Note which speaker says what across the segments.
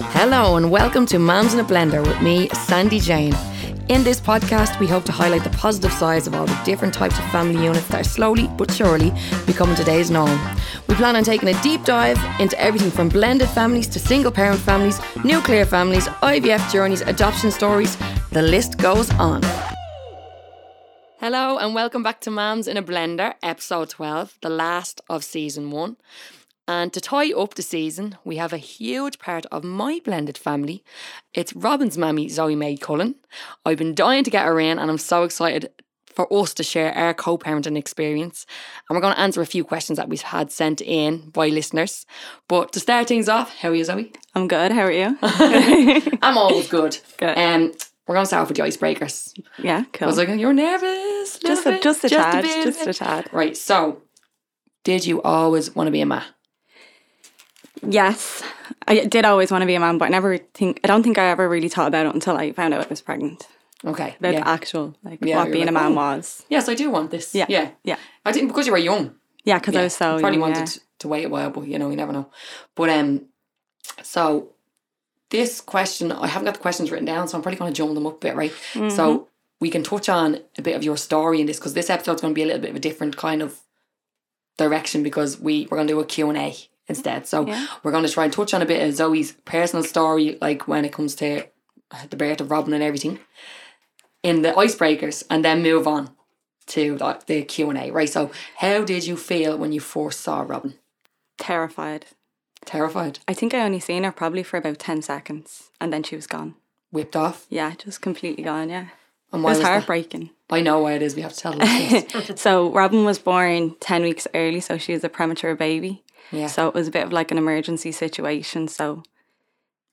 Speaker 1: and welcome to Moms in a Blender with me, Sandy Jane. In this podcast, we hope to highlight the positive sides of all the different types of family units that are slowly but surely becoming today's norm. We plan on taking a deep dive into everything from blended families to single parent families, nuclear families, IVF journeys, adoption stories, the list goes on. Hello and welcome back to Moms in a Blender, episode 12, the last of season one. And to tie up the season, we have a huge part of my blended family. It's Robin's mammy, Zoe Mae Cullen. I've been dying to get her in, and I'm so excited for us to share our co parenting experience. And we're going to answer a few questions that we've had sent in by listeners. But to start things off, how are you, Zoe?
Speaker 2: I'm good. How are you?
Speaker 1: I'm always good.
Speaker 2: Good.
Speaker 1: Um, we're going to start off with the icebreakers.
Speaker 2: yeah,
Speaker 1: I
Speaker 2: cool.
Speaker 1: was like, you're nervous. little
Speaker 2: just, a,
Speaker 1: bit,
Speaker 2: just a tad,
Speaker 1: bit,
Speaker 2: just a tad.
Speaker 1: Right, so did you always want to be a ma?
Speaker 2: Yes, I did always want to be a mom, but I never think. I don't think I ever really thought about it until I found out I was pregnant.
Speaker 1: Okay.
Speaker 2: About
Speaker 1: yeah.
Speaker 2: the actual, like
Speaker 1: Yeah,
Speaker 2: what
Speaker 1: you're
Speaker 2: being a
Speaker 1: like,
Speaker 2: mom
Speaker 1: "Oh."
Speaker 2: was.
Speaker 1: Yes, I do want this.
Speaker 2: Yeah.
Speaker 1: Yeah.
Speaker 2: Yeah,
Speaker 1: I didn't because you were young.
Speaker 2: yeah, because
Speaker 1: Yeah.
Speaker 2: I was Oh, so
Speaker 1: probably
Speaker 2: young,
Speaker 1: wanted to wait a while, but you know, you never know. But um so this question I haven't got the questions written down, so I'm probably gonna jumble them up a bit, right?
Speaker 2: yeah. Mhm.
Speaker 1: So we can touch on a bit of your story in this because this episode's gonna be a little bit of a different kind of direction because we, we're gonna do a Q&A instead. So
Speaker 2: yeah.
Speaker 1: we're going to try and touch on a bit of Zoe's personal story, like when it comes to the birth of Robin and everything, in the icebreakers, and then move on to the, the Q and A. Right. So, how did you feel when you first saw Robin?
Speaker 2: terrified.
Speaker 1: Terrified,
Speaker 2: I think I only seen her probably for about ten seconds, and then she was gone.
Speaker 1: whipped off,
Speaker 2: Yeah, just completely gone. Yeah,
Speaker 1: and
Speaker 2: it
Speaker 1: why
Speaker 2: was
Speaker 1: was that?
Speaker 2: heartbreaking.
Speaker 1: I know why it is. We have to tell them.
Speaker 2: so Robin was born ten weeks early, so she was a premature baby.
Speaker 1: Yeah.
Speaker 2: So it was a bit of like an emergency situation. So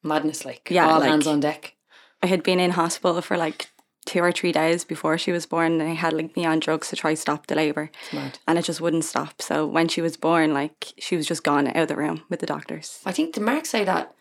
Speaker 1: Madness, like
Speaker 2: Yeah,
Speaker 1: all
Speaker 2: like-
Speaker 1: hands on deck.
Speaker 2: I had been in hospital for like two or three days before she was born and I had like me on drugs to try stop the labour
Speaker 1: It's mad.
Speaker 2: and it just wouldn't stop. So when she was born, like she was just gone out of the room with the doctors.
Speaker 1: I think did Mark say that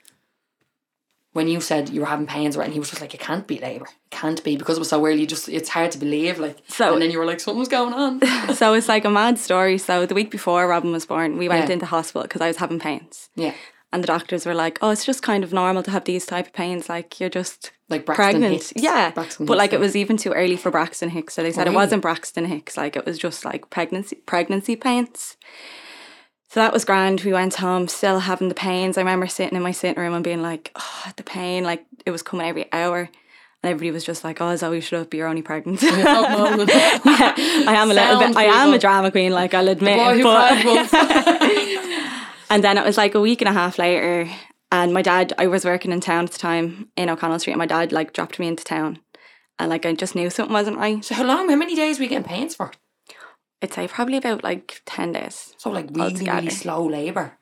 Speaker 1: when you said you were having pains, right? And he was just like, "It can't be labour, it can't be," because it was so early. You just it's hard to believe, like.
Speaker 2: So-
Speaker 1: and then you were like, "Something's going on."
Speaker 2: so it's like a mad story. So the week before Robin was born, we went
Speaker 1: Yeah.
Speaker 2: into hospital because I was having pains.
Speaker 1: yeah.
Speaker 2: And the doctors were like, "Oh, it's just kind of normal to have these type of pains. Like you're just
Speaker 1: like Braxton
Speaker 2: pregnant,
Speaker 1: Hicks.
Speaker 2: yeah."
Speaker 1: Braxton
Speaker 2: but
Speaker 1: Hicks,
Speaker 2: like it was even too early for Braxton Hicks, so they said
Speaker 1: Really?
Speaker 2: it wasn't Braxton Hicks. Like it was just like pregnancy pregnancy pains. So that was grand. We went home, still having the pains. I remember sitting in my sitting room and being like, "Oh, the pain!" Like it was coming every hour. And everybody was just like, "Oh, Zoe, shut up! You're only pregnant."
Speaker 1: Oh, no.
Speaker 2: Yeah, I am a little
Speaker 1: Sound
Speaker 2: bit. I am
Speaker 1: people.
Speaker 2: a drama queen, like I'll admit.
Speaker 1: boy
Speaker 2: it,
Speaker 1: who
Speaker 2: but-
Speaker 1: cried wolf.
Speaker 2: and then it was like a week and a half later, and my dad. I was working in town at the time in O'Connell Street, and my dad like dropped me into town, and like I just knew something wasn't right.
Speaker 1: so how long? How many days were you getting pains for?
Speaker 2: I'd say probably about like ten days.
Speaker 1: So like really, really
Speaker 2: Altogether.
Speaker 1: slow labour.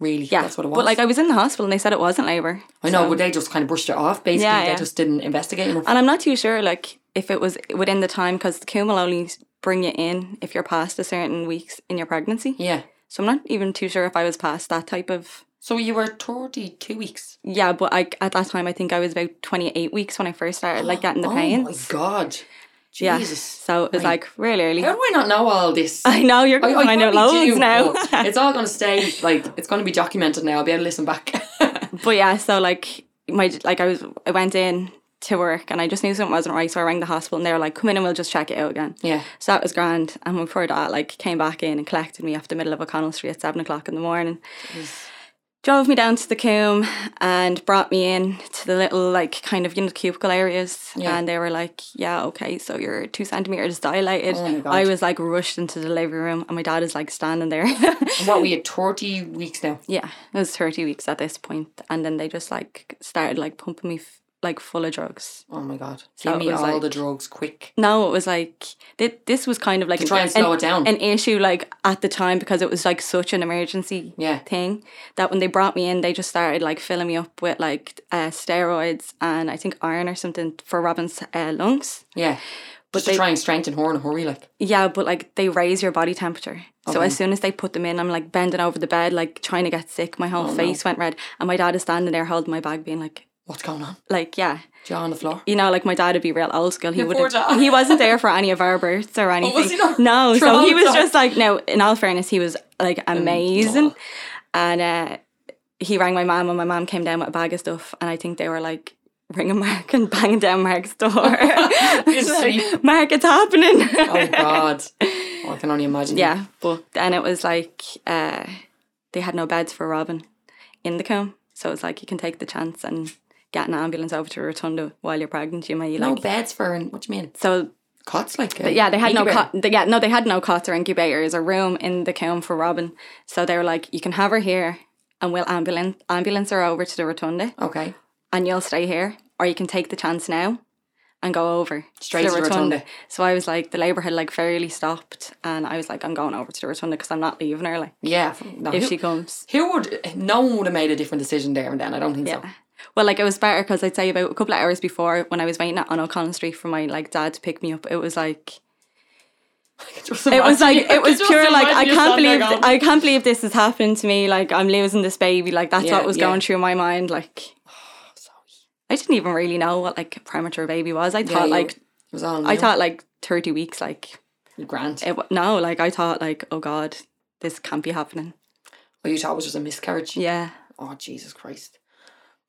Speaker 1: Really,
Speaker 2: Yeah,
Speaker 1: that's what it was.
Speaker 2: But like I was in the hospital, and they said it wasn't labour.
Speaker 1: I know,
Speaker 2: so-
Speaker 1: but they just kind of brushed it off. Basically,
Speaker 2: Yeah, Uh,
Speaker 1: they
Speaker 2: yeah.
Speaker 1: just didn't investigate enough.
Speaker 2: And I'm not too sure, like, if it was within the time, because the cum will only bring you in if you're past a certain weeks in your pregnancy.
Speaker 1: yeah.
Speaker 2: So I'm not even too sure if I was past that type of.
Speaker 1: So you were thirty-two weeks.
Speaker 2: Yeah, but I, at that time, I think I was about 28 weeks when I first started, like, getting the
Speaker 1: oh
Speaker 2: pains.
Speaker 1: my god,
Speaker 2: Yeah.
Speaker 1: Jesus!
Speaker 2: So it was
Speaker 1: Right.
Speaker 2: like really early.
Speaker 1: How do I not know all this?
Speaker 2: I know you're
Speaker 1: I-
Speaker 2: going to
Speaker 1: I
Speaker 2: find out loads
Speaker 1: Oh, probably do,
Speaker 2: now.
Speaker 1: but it's all going to stay like it's going to be documented now. I'll be able to listen back.
Speaker 2: but yeah, so like my like I was I went in to work and I just knew something wasn't right, so I rang the hospital and they were like, "Come in and we'll just check it out again."
Speaker 1: yeah,
Speaker 2: So that was grand. And my poor dad like came back in and collected me off the middle of O'Connell Street at seven o'clock in the morning. Drove me down to the coombe and brought me in to the little like kind of you know cubicle areas,
Speaker 1: Yeah.
Speaker 2: and they were like, "Yeah, okay, so you're two centimeters dilated."
Speaker 1: Oh my God.
Speaker 2: I was like rushed into the delivery room, and my dad is like standing there.
Speaker 1: And what we had thirty weeks now.
Speaker 2: Yeah, it was 30 weeks at this point, and then they just like started like pumping me f- like full of drugs.
Speaker 1: Oh my god!
Speaker 2: So
Speaker 1: Give me
Speaker 2: it was
Speaker 1: all
Speaker 2: like-
Speaker 1: the drugs quick.
Speaker 2: No, it was like thi- this was kind of like
Speaker 1: To try and slow it down.
Speaker 2: an issue like at the time because it was like such an emergency
Speaker 1: Yeah.
Speaker 2: thing that when they brought me in, they just started like filling me up with like uh, steroids and I think iron or something for Robin's uh, lungs.
Speaker 1: Yeah. But just to
Speaker 2: they-
Speaker 1: try and strengthen her in a hurry, like
Speaker 2: Yeah, but like they raise your body temperature. So as soon as they put them in, I'm like bending over the bed, like trying to get sick. My
Speaker 1: Oh,
Speaker 2: whole face went red, and my dad is standing there holding my bag, being like.
Speaker 1: what's going on?
Speaker 2: like yeah
Speaker 1: You're on the floor.
Speaker 2: you know like my dad would be real old school he
Speaker 1: Your
Speaker 2: would
Speaker 1: poor dad. Oh,
Speaker 2: have, he wasn't there for any of our births or anything
Speaker 1: was he not?
Speaker 2: no so he was
Speaker 1: Traumatized. Mm,
Speaker 2: just like no in all fairness he was like amazing and uh he rang my mum and my mum came down with a bag of stuff and I think they were like ringing Mark and banging down Mark's door.
Speaker 1: You're
Speaker 2: like,
Speaker 1: asleep.
Speaker 2: Mark, it's happening.
Speaker 1: Oh God. Oh, I can only imagine.
Speaker 2: Yeah, but then it was like uh, they had no beds for Robin in the comb, so it's like you can take the chance and get an ambulance over to Rotunda while you're pregnant. You may
Speaker 1: No
Speaker 2: like
Speaker 1: beds for her. and- What do you mean?
Speaker 2: so
Speaker 1: Cots like. uh,
Speaker 2: but yeah, they had no
Speaker 1: cot.
Speaker 2: cot. they- Yeah, no, they had no cots or incubators or room in the comb for Robin. So they were like, you can have her here, and we'll ambulance ambulance her over to the Rotunda,
Speaker 1: Okay.
Speaker 2: and you'll stay here, or you can take the chance now. And go over
Speaker 1: Straight to the Rotunda.
Speaker 2: So I was like, the labour had like fairly stopped, and I was like, I'm going over to the rotunda because I'm not leaving her. Like,
Speaker 1: Yeah. No,
Speaker 2: if
Speaker 1: who,
Speaker 2: she comes.
Speaker 1: who would? No one would have made a different decision there and then. I don't think so.
Speaker 2: Yeah. Well, like it was better because I'd say about a couple of hours before when I was waiting on O'Connell Street for my like dad to pick me up, it was like
Speaker 1: Just
Speaker 2: it was
Speaker 1: imagine-
Speaker 2: like
Speaker 1: I
Speaker 2: it was
Speaker 1: just
Speaker 2: pure like
Speaker 1: imagine
Speaker 2: I
Speaker 1: you
Speaker 2: can't
Speaker 1: standing
Speaker 2: believe
Speaker 1: there going,
Speaker 2: I can't believe this is happening to me. Like I'm losing this baby. Like that's
Speaker 1: Yeah,
Speaker 2: what was
Speaker 1: yeah.
Speaker 2: going through my mind. Like
Speaker 1: sorry.
Speaker 2: I didn't even really know what like a premature baby was. I
Speaker 1: Yeah,
Speaker 2: thought
Speaker 1: you-
Speaker 2: like
Speaker 1: it was all
Speaker 2: I
Speaker 1: new.
Speaker 2: thought like thirty weeks. Like
Speaker 1: Grant.
Speaker 2: it wa- no. Like I thought like oh god, this can't be happening.
Speaker 1: Oh, you thought it was just a miscarriage?
Speaker 2: Yeah.
Speaker 1: Oh, Jesus Christ.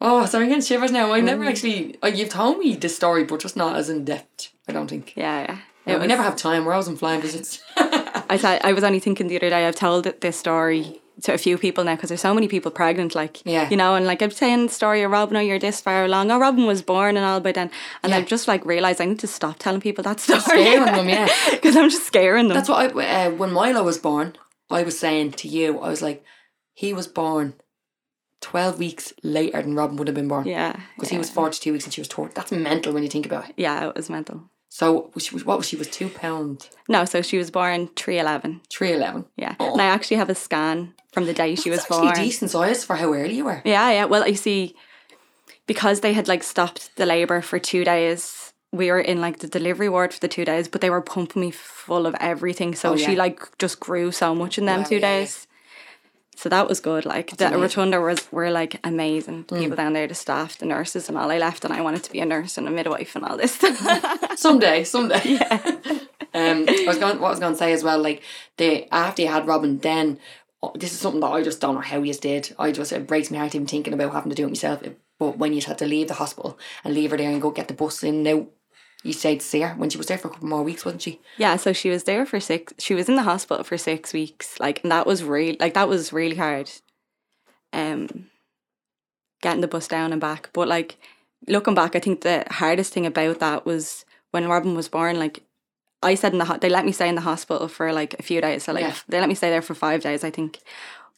Speaker 1: Oh, so I'm getting shivers now. I've
Speaker 2: Mm.
Speaker 1: never actually, oh, you've told me this story, but just not as in depth, I don't think.
Speaker 2: Yeah. Yeah.
Speaker 1: Yeah, we never have time. We're always on flying visits.
Speaker 2: I thought I was only thinking the other day. I've told it- this story to a few people now because there's so many people pregnant. Like,
Speaker 1: Yeah.
Speaker 2: you know, and like I'm saying the story of Robin. Oh, you're this far along. Oh, Robin was born and all by then. And I've just like realized I need to stop telling people that story
Speaker 1: Scaring them, yeah.
Speaker 2: because I'm just scaring them.
Speaker 1: That's what I, uh, when Milo was born, I was saying to you, I was like, he was born 12 weeks later than Robin would have been born.
Speaker 2: yeah,
Speaker 1: Because
Speaker 2: yeah,
Speaker 1: he was 42 weeks and she was 40. That's mental when you think about it.
Speaker 2: yeah, it was mental.
Speaker 1: So, she was, what was she? was two pound,
Speaker 2: No, so she was born three eleven.
Speaker 1: 311.
Speaker 2: Yeah,
Speaker 1: Oh.
Speaker 2: and I actually have a scan from the day she was
Speaker 1: It's actually
Speaker 2: born.
Speaker 1: decent size for how early you were.
Speaker 2: Yeah, yeah. Well, you see, because they had like stopped the labour for two days, we were in like the delivery ward for the two days, but they were pumping me full of everything. So
Speaker 1: Oh,
Speaker 2: she
Speaker 1: yeah.
Speaker 2: like just grew so much in them
Speaker 1: Wow,
Speaker 2: two
Speaker 1: yeah, yeah.
Speaker 2: days. So that was good. Like the rotunda was were like amazing. The
Speaker 1: Mm.
Speaker 2: people down there, the staff, the nurses, and all. I left and I wanted to be a nurse and a midwife and all this.
Speaker 1: someday, someday. um, I was going. What I was going to say as well, like the after you had Robin, then oh, this is something that I just don't know how you did. I just it breaks my heart even thinking about having to do it myself. It- but when you had to leave the hospital and leave her there and go get the bus in now. You stayed to see her when she was there for a couple more weeks, wasn't she?
Speaker 2: yeah. So she was there for six. She was in the hospital for six weeks. Like, and that was really like that was really hard. um getting the bus down and back. But like looking back, I think the hardest thing about that was when Robin was born, like I said in the ho- they let me stay in the hospital for like a few days. So like
Speaker 1: Yeah.
Speaker 2: they let me stay there for five days, I think.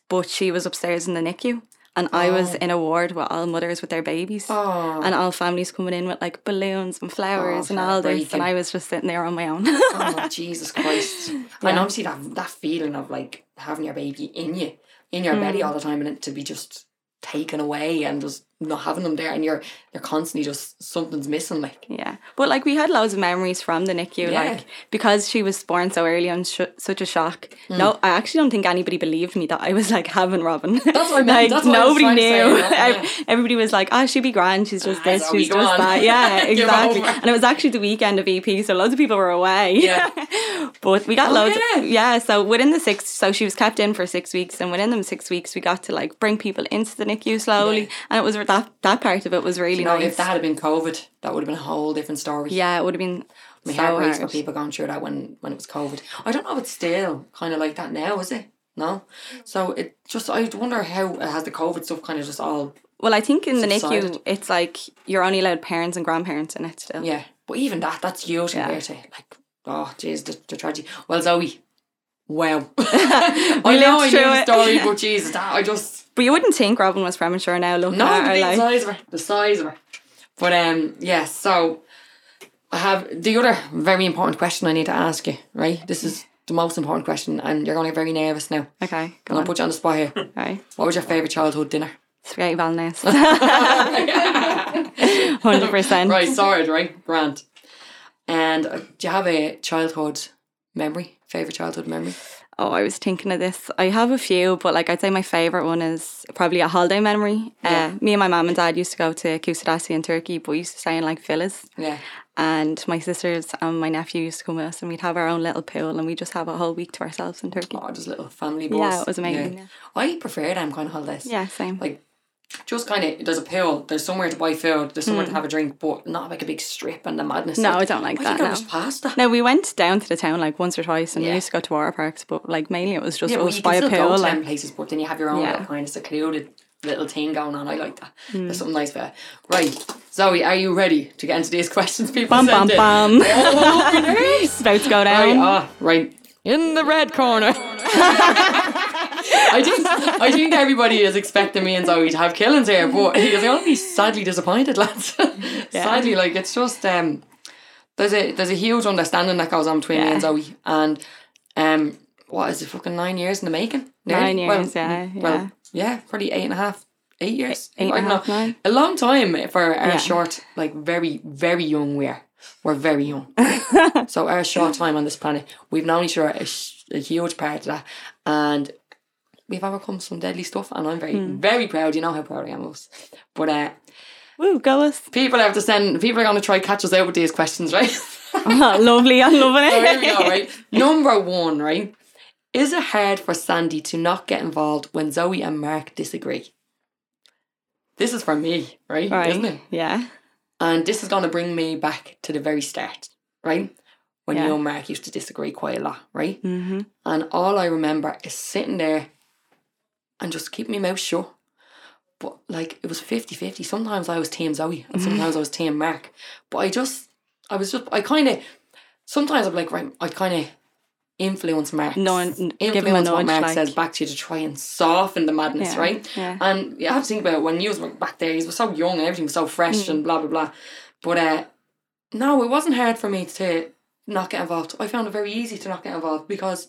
Speaker 2: But she was upstairs in the NICU and I was in a ward with all mothers with their babies.
Speaker 1: Oh,
Speaker 2: And all families coming in with like balloons and flowers
Speaker 1: Oh,
Speaker 2: and all this,
Speaker 1: heartbreaking.
Speaker 2: and I was just sitting there on my own.
Speaker 1: oh Jesus Christ! And obviously that that feeling of like having your baby in you, in your belly all the time, and it to be just taken away and just not having them there, and you're you're constantly just something's missing. Like
Speaker 2: Yeah, but like we had loads of memories from the NICU,
Speaker 1: Yeah.
Speaker 2: like because she was born so early and sh- such a shock.
Speaker 1: Mm.
Speaker 2: No, I actually don't think anybody believed me that I was like having Robin. That's
Speaker 1: what I meant.
Speaker 2: like
Speaker 1: That's what I was
Speaker 2: nobody
Speaker 1: trying to say,
Speaker 2: knew.
Speaker 1: Robin, yeah.
Speaker 2: Ev- Everybody was like, "Oh, she'd be grand. She's just
Speaker 1: Ah,
Speaker 2: this.
Speaker 1: so we
Speaker 2: She's
Speaker 1: go
Speaker 2: just
Speaker 1: on.
Speaker 2: that." Yeah,
Speaker 1: Give
Speaker 2: exactly.
Speaker 1: over.
Speaker 2: And it was actually the weekend of EP, so loads of people were away.
Speaker 1: Yeah. Oh,
Speaker 2: but we got loads.
Speaker 1: yeah.
Speaker 2: Yeah. so within the six, so she was kept in for six weeks, and within them six weeks, we got to like bring people into the NICU slowly,
Speaker 1: Yeah.
Speaker 2: and it was that that part of it was really
Speaker 1: You know,
Speaker 2: nice.
Speaker 1: if that had been COVID, that would have been a whole different story.
Speaker 2: yeah, it would have been.
Speaker 1: My
Speaker 2: so
Speaker 1: heart breaks for
Speaker 2: hard.
Speaker 1: people going through that when, when it was COVID. I don't know if it's still kind of like that now, is it? No. So it just, I wonder how it has the COVID stuff kind of just all,
Speaker 2: Well, I think in the
Speaker 1: Subsided.
Speaker 2: NICU, it's like you're only allowed parents and grandparents in it still.
Speaker 1: yeah. But even that, that's huge compared to like, oh, jeez, the, the tragedy. Well, Zoe, wow. I know I
Speaker 2: lived
Speaker 1: knew
Speaker 2: through
Speaker 1: the
Speaker 2: it.
Speaker 1: story, but Jesus, that, I just,
Speaker 2: But you wouldn't think Robin was premature now, looking
Speaker 1: No,
Speaker 2: at
Speaker 1: but
Speaker 2: her
Speaker 1: the
Speaker 2: like.
Speaker 1: size of her. The size of her. But um, yeah, so I have the other very important question I need to ask you, right? This is the most important question, and you're going to get very nervous now.
Speaker 2: Okay,
Speaker 1: And
Speaker 2: go
Speaker 1: I'll
Speaker 2: on.
Speaker 1: put you on the spot here.
Speaker 2: Right.
Speaker 1: What was your favourite childhood dinner?
Speaker 2: Spaghetti Bolognese. 100%.
Speaker 1: Right, sorry, right? Grant. And uh, do you have a childhood memory? Favourite childhood memory?
Speaker 2: Oh, I was thinking of this. I have a few, but like I'd say my favourite one is probably a holiday memory. Uh, me and my mum and dad used to go to Kusadasi in Turkey, but we used to stay in like villas.
Speaker 1: Yeah.
Speaker 2: And my sisters and my nephew used to come with us, and we'd have our own little pool, and we just have a whole week to ourselves in Turkey.
Speaker 1: Oh, just little family balls.
Speaker 2: yeah, it was amazing.
Speaker 1: Yeah.
Speaker 2: Yeah,
Speaker 1: I prefer them kind of holidays.
Speaker 2: yeah same.
Speaker 1: Like, just kind of, there's a pool, there's somewhere to buy food, there's somewhere to have a drink, but not like a big strip and the madness.
Speaker 2: Mm. No,
Speaker 1: like,
Speaker 2: I don't like
Speaker 1: why
Speaker 2: that,
Speaker 1: You
Speaker 2: no.
Speaker 1: was past that.
Speaker 2: No, we went down to the town like once or twice, and
Speaker 1: Yeah.
Speaker 2: we used to go to water parks, but like mainly it was just
Speaker 1: Yeah, well,
Speaker 2: us
Speaker 1: you
Speaker 2: by
Speaker 1: can
Speaker 2: a
Speaker 1: still go
Speaker 2: pool.
Speaker 1: to
Speaker 2: Like,
Speaker 1: them places, but then you have your own
Speaker 2: Yeah. Hmm.
Speaker 1: little kind of secluded little thing going on. I like that. There's something nice there. Right, Zoe, are you ready to get into these questions people
Speaker 2: bum bum
Speaker 1: sent in?
Speaker 2: bum.
Speaker 1: Oh, nice.
Speaker 2: It's about to go
Speaker 1: Right,
Speaker 2: down.
Speaker 1: ah, right. In the red corner. I think I think everybody is expecting me and Zoe to have killings here, but they're all be sadly disappointed, lads. Sadly, like it's just um there's a there's a huge understanding that goes on between me
Speaker 2: Yeah.
Speaker 1: and Zoe and um what is it fucking nine years in the making? Nearly?
Speaker 2: Nine
Speaker 1: Well,
Speaker 2: years, yeah, yeah.
Speaker 1: Well yeah, probably eight and a half eight years.
Speaker 2: Eight
Speaker 1: I
Speaker 2: and a
Speaker 1: don't
Speaker 2: half,
Speaker 1: know.
Speaker 2: nine.
Speaker 1: A long time for our
Speaker 2: Yeah.
Speaker 1: short, like very, very young we're. We're very young. so our short time on this planet, we've known each other a, sh- a huge part of that. And we've overcome some deadly stuff. And I'm very,
Speaker 2: Hmm.
Speaker 1: very proud. You know how proud I am of us. But uh,
Speaker 2: Woo, go us.
Speaker 1: people have to send, people are going to try catch us out with these questions, right? so
Speaker 2: Oh, lovely, I'm loving it.
Speaker 1: here we go, right? Number one, right? Is it hard for Sandy to not get involved when Zoe and Mark disagree? This is for me, right?
Speaker 2: Right.
Speaker 1: Isn't it?
Speaker 2: Yeah.
Speaker 1: And this is going to bring me back to the very start, right? When
Speaker 2: Yeah.
Speaker 1: you and Mark used to disagree quite a lot, right?
Speaker 2: Mm-hmm.
Speaker 1: And all I remember is sitting there and just keeping my mouth shut. But like it was 50 50. Sometimes I was Team Zoe and
Speaker 2: Mm-hmm.
Speaker 1: sometimes I was Team Mark. But I just, I was just, I kind of, sometimes I'm like, right, I kind of influence Mark.
Speaker 2: No, n- give him a
Speaker 1: influence what
Speaker 2: nudge,
Speaker 1: Mark
Speaker 2: like-
Speaker 1: says back to you to try and soften the madness,
Speaker 2: Yeah,
Speaker 1: right?
Speaker 2: yeah.
Speaker 1: And you have to think about it, when you was back there, you was so young and everything was so fresh and blah, blah, blah. But uh, no, it wasn't hard for me to not get involved. I found it very easy to not get involved because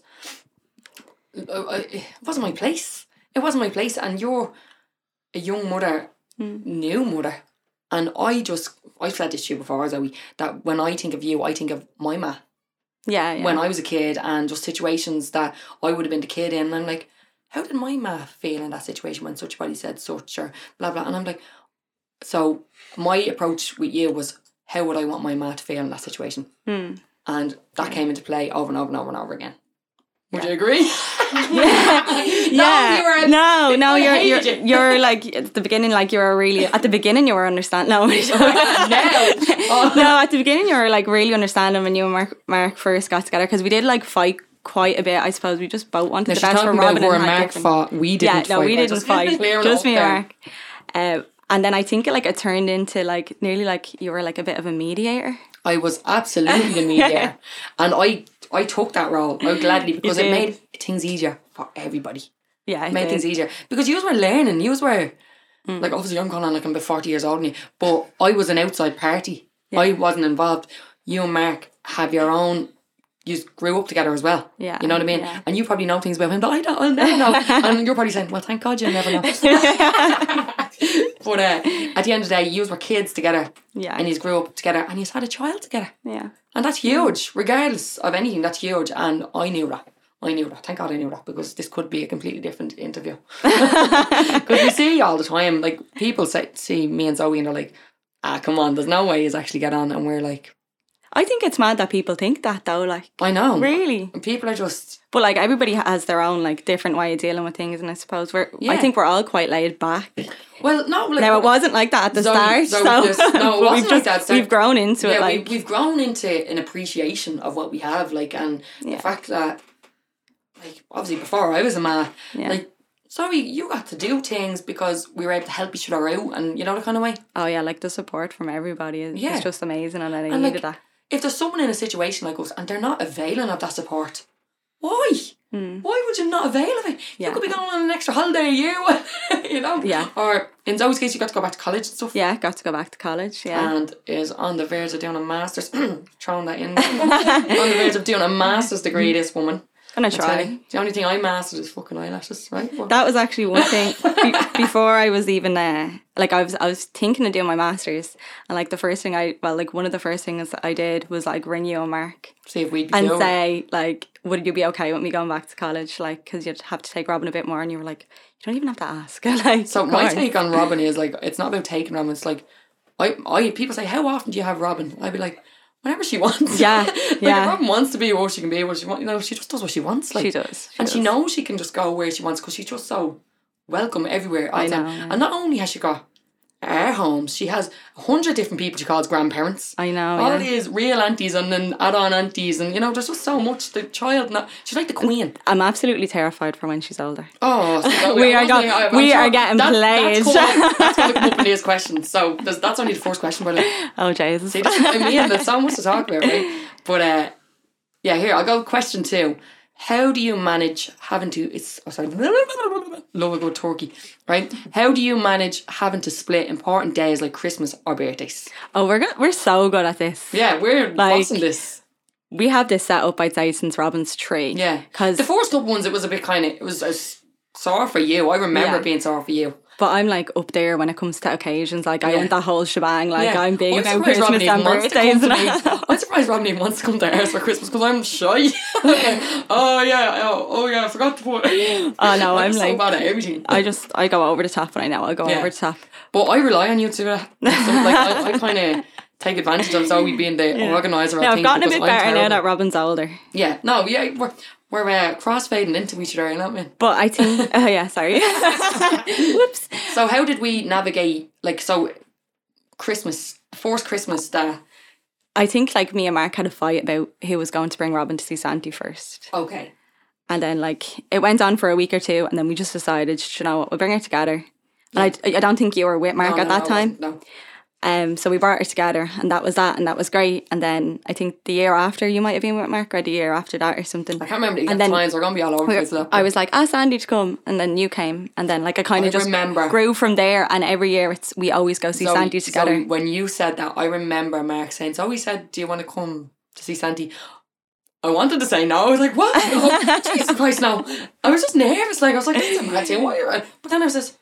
Speaker 1: uh, uh, it wasn't my place. It wasn't my place. And you're a young mother, new mother. And I just, I've said this to you before, Zoe, that when I think of you, I think of my ma
Speaker 2: Yeah, yeah.
Speaker 1: when I was a kid and just situations that I would have been the kid in. And I'm like, how did my ma feel in that situation when such body said such or blah blah? And I'm like, so my approach with you was how would I want my ma to feel in that situation?
Speaker 2: Mm.
Speaker 1: And that came into play over and over and over and over again. Would you agree?
Speaker 2: yeah.
Speaker 1: you were a-
Speaker 2: no, no,
Speaker 1: I
Speaker 2: you're you're,
Speaker 1: hated
Speaker 2: you're like at the beginning, like you were really at the beginning you were understand. No,
Speaker 1: now. Oh.
Speaker 2: no, at the beginning you were like really understanding when you and Mark, Mark first got together because we did like fight quite a bit. I suppose we just both wanted the
Speaker 1: She's
Speaker 2: best for
Speaker 1: talking
Speaker 2: Robin
Speaker 1: about where
Speaker 2: and had
Speaker 1: Mark
Speaker 2: different-
Speaker 1: fought. We didn't
Speaker 2: yeah,
Speaker 1: fight.
Speaker 2: no, we
Speaker 1: I
Speaker 2: didn't
Speaker 1: just-
Speaker 2: fight.
Speaker 1: Clear it
Speaker 2: Just
Speaker 1: up
Speaker 2: me,
Speaker 1: there.
Speaker 2: Mark. Uh, and then I think it like it turned into like nearly like you were like a bit of a mediator.
Speaker 1: I was absolutely the media, and I I took that role. I gladly because it
Speaker 2: did.
Speaker 1: made things easier for everybody.
Speaker 2: Yeah, it
Speaker 1: It made
Speaker 2: did.
Speaker 1: things easier because you were learning. You were like obviously I'm going on like I'm about forty years old now, but I was an outside party. I wasn't involved. You and Mark have your own. You grew up together as well.
Speaker 2: Yeah,
Speaker 1: you know what I mean.
Speaker 2: yeah.
Speaker 1: And you probably know things about him that I don't. I'll never know. and you're probably saying, "Well, thank God you never know." But uh, at the end of the day, you were kids together.
Speaker 2: Yeah.
Speaker 1: And you grew up together and you had a child together.
Speaker 2: yeah.
Speaker 1: And that's huge, regardless of anything, that's huge. And I knew that. I knew that. Thank God I knew that because this could be a completely different interview. Because we see all the time, like, people say, see me and Zoe and they're like, ah, come on, there's no way he's actually get on. And we're like,
Speaker 2: I think it's mad that people think that though. Like
Speaker 1: I know.
Speaker 2: really,
Speaker 1: People are just,
Speaker 2: but like everybody has their own like different way of dealing with things, and I suppose we're I
Speaker 1: Yeah.
Speaker 2: think we're all quite laid back.
Speaker 1: well, no, like,
Speaker 2: Now it wasn't like that at the
Speaker 1: Zoe-
Speaker 2: start,
Speaker 1: Zoe
Speaker 2: so
Speaker 1: just- no, it
Speaker 2: but
Speaker 1: wasn't
Speaker 2: we've
Speaker 1: like
Speaker 2: just
Speaker 1: that at the
Speaker 2: we've
Speaker 1: start.
Speaker 2: grown into
Speaker 1: yeah,
Speaker 2: it. Like
Speaker 1: we, we've grown into an appreciation of what we have, like, and
Speaker 2: Yeah.
Speaker 1: the fact that, like, obviously before I was a man,
Speaker 2: Yeah.
Speaker 1: like, sorry, you got to do things because we were able to help each other out, and you know the kind of way.
Speaker 2: oh yeah, like the support from everybody is,
Speaker 1: Yeah.
Speaker 2: is just amazing, and I
Speaker 1: And, like,
Speaker 2: needed that.
Speaker 1: if there's someone in a situation like us and they're not availing of that support, why? Why would you not avail of it?
Speaker 2: Hmm. Yeah.
Speaker 1: You could be going on an extra holiday a year, you know?
Speaker 2: Yeah.
Speaker 1: Or in Zoe's case, you got to go back to college and stuff.
Speaker 2: Yeah, got to go back to college. Yeah,
Speaker 1: And is on the verge of doing a master's. throwing that in. on the verge of doing a master's degree, this woman.
Speaker 2: gonna
Speaker 1: I tell
Speaker 2: try.
Speaker 1: you, The only thing I mastered is fucking eyelashes, right? But-
Speaker 2: That was actually one thing be- before I was even uh, like I was I was thinking of doing my masters and like the first thing I well like one of the first things I did was like ring you on Mark
Speaker 1: see if we'd be
Speaker 2: and
Speaker 1: doing it.
Speaker 2: say like would you be okay with me going back to college like because you'd have to take Robin a bit more and you were like you don't even have to ask like
Speaker 1: So
Speaker 2: of
Speaker 1: my
Speaker 2: course.
Speaker 1: take on Robin is like it's not about taking Robin. It's like I I people say how often do you have Robin? I'd be like whenever she wants.
Speaker 2: Yeah,
Speaker 1: like
Speaker 2: yeah.
Speaker 1: if Robin wants to be what she can be, what she wants. You know, she just does what she wants. Like
Speaker 2: she does.
Speaker 1: and she
Speaker 2: does.
Speaker 1: knows she can just go where she wants because she's just so welcome everywhere. all
Speaker 2: I
Speaker 1: the time.
Speaker 2: know, yeah.
Speaker 1: And not only has she got our homes, she has a hundred different people she calls grandparents.
Speaker 2: I know.
Speaker 1: all
Speaker 2: yeah.
Speaker 1: these real aunties and then add-on aunties and you know there's just so much. The child, not, she's like the queen.
Speaker 2: I'm absolutely terrified for when she's older.
Speaker 1: Oh, so
Speaker 2: We are
Speaker 1: I'm
Speaker 2: got-
Speaker 1: sorry, I'm
Speaker 2: we are getting
Speaker 1: That's,
Speaker 2: played.
Speaker 1: coming up- that's going to come up in these questions. So there's, that's only the first question, but like,
Speaker 2: Oh, Jesus.
Speaker 1: they just, I mean, there's so much to talk about, right? But uh, yeah, here I'll go. Question two: How do you manage having to? It's oh, sorry, love a good turkey, right? How do you manage having to split important days like Christmas or birthdays?
Speaker 2: Oh, we're good. we're so good at this.
Speaker 1: Yeah, we're
Speaker 2: Like-
Speaker 1: watching this.
Speaker 2: We have this set up, I'd say, since Robin's tree.
Speaker 1: Yeah,
Speaker 2: Because
Speaker 1: the first couple ones it was a bit kind of it was uh, sorry for you. I remember
Speaker 2: Yeah.
Speaker 1: it being sorry for you.
Speaker 2: But I'm like up there when it comes to occasions. Like I
Speaker 1: Yeah.
Speaker 2: want that whole shebang. Like I'm big
Speaker 1: I'm
Speaker 2: about
Speaker 1: surprised
Speaker 2: Christmas
Speaker 1: Robin
Speaker 2: and
Speaker 1: even wants to come
Speaker 2: birthdays.
Speaker 1: to me. I'm surprised Robin even wants to come to ours for Christmas because I'm shy. oh yeah, oh, oh yeah, I forgot to put. Oh
Speaker 2: no, I'm
Speaker 1: so
Speaker 2: like-
Speaker 1: bad at everything.
Speaker 2: I just I go over the top when I know I go
Speaker 1: Yeah.
Speaker 2: over the top.
Speaker 1: But I rely on you to do that. So, like I, I kind of take advantage of Zoe being the organizer.
Speaker 2: Now
Speaker 1: I
Speaker 2: I've
Speaker 1: think,
Speaker 2: gotten a
Speaker 1: because
Speaker 2: bit
Speaker 1: I'm
Speaker 2: better now
Speaker 1: terrible.
Speaker 2: that Robin's older.
Speaker 1: Yeah, no, yeah, we're we're uh, crossfading into each other, you know what I mean?
Speaker 2: But I think oh yeah, sorry. Whoops.
Speaker 1: So how did we navigate? Like so, Christmas, forced Christmas. uh, That
Speaker 2: I think like me and Mark had a fight about who was going to bring Robin to see Santi first.
Speaker 1: okay.
Speaker 2: And then like it went on for a week or two and then we just decided, "Do you know what, we'll bring her together. And I, I don't think you were with Mark
Speaker 1: No,
Speaker 2: at
Speaker 1: no,
Speaker 2: that
Speaker 1: no, I
Speaker 2: time.
Speaker 1: wasn't, no.
Speaker 2: Um, so we brought her together, and that was that, and that was great. And then I think the year after, you might have been with Mark, or the year after that, or something.
Speaker 1: I can't remember the
Speaker 2: And
Speaker 1: exact
Speaker 2: then
Speaker 1: times. We're gonna be all over the place. though.
Speaker 2: I was like, ask Andy to come, and then you came, and then like I kind
Speaker 1: I
Speaker 2: of just
Speaker 1: remember.
Speaker 2: grew from there. And every year, it's we always go see
Speaker 1: So-
Speaker 2: Sandy together.
Speaker 1: So when you said that, I remember Mark saying, "So he said, do you want to come to see Sandy?" I wanted to say no. I was like, "What? No. Jesus Christ, no!" I was just nervous. Like I was like, "That's a mad thing. Why?" are you-" But then I was just,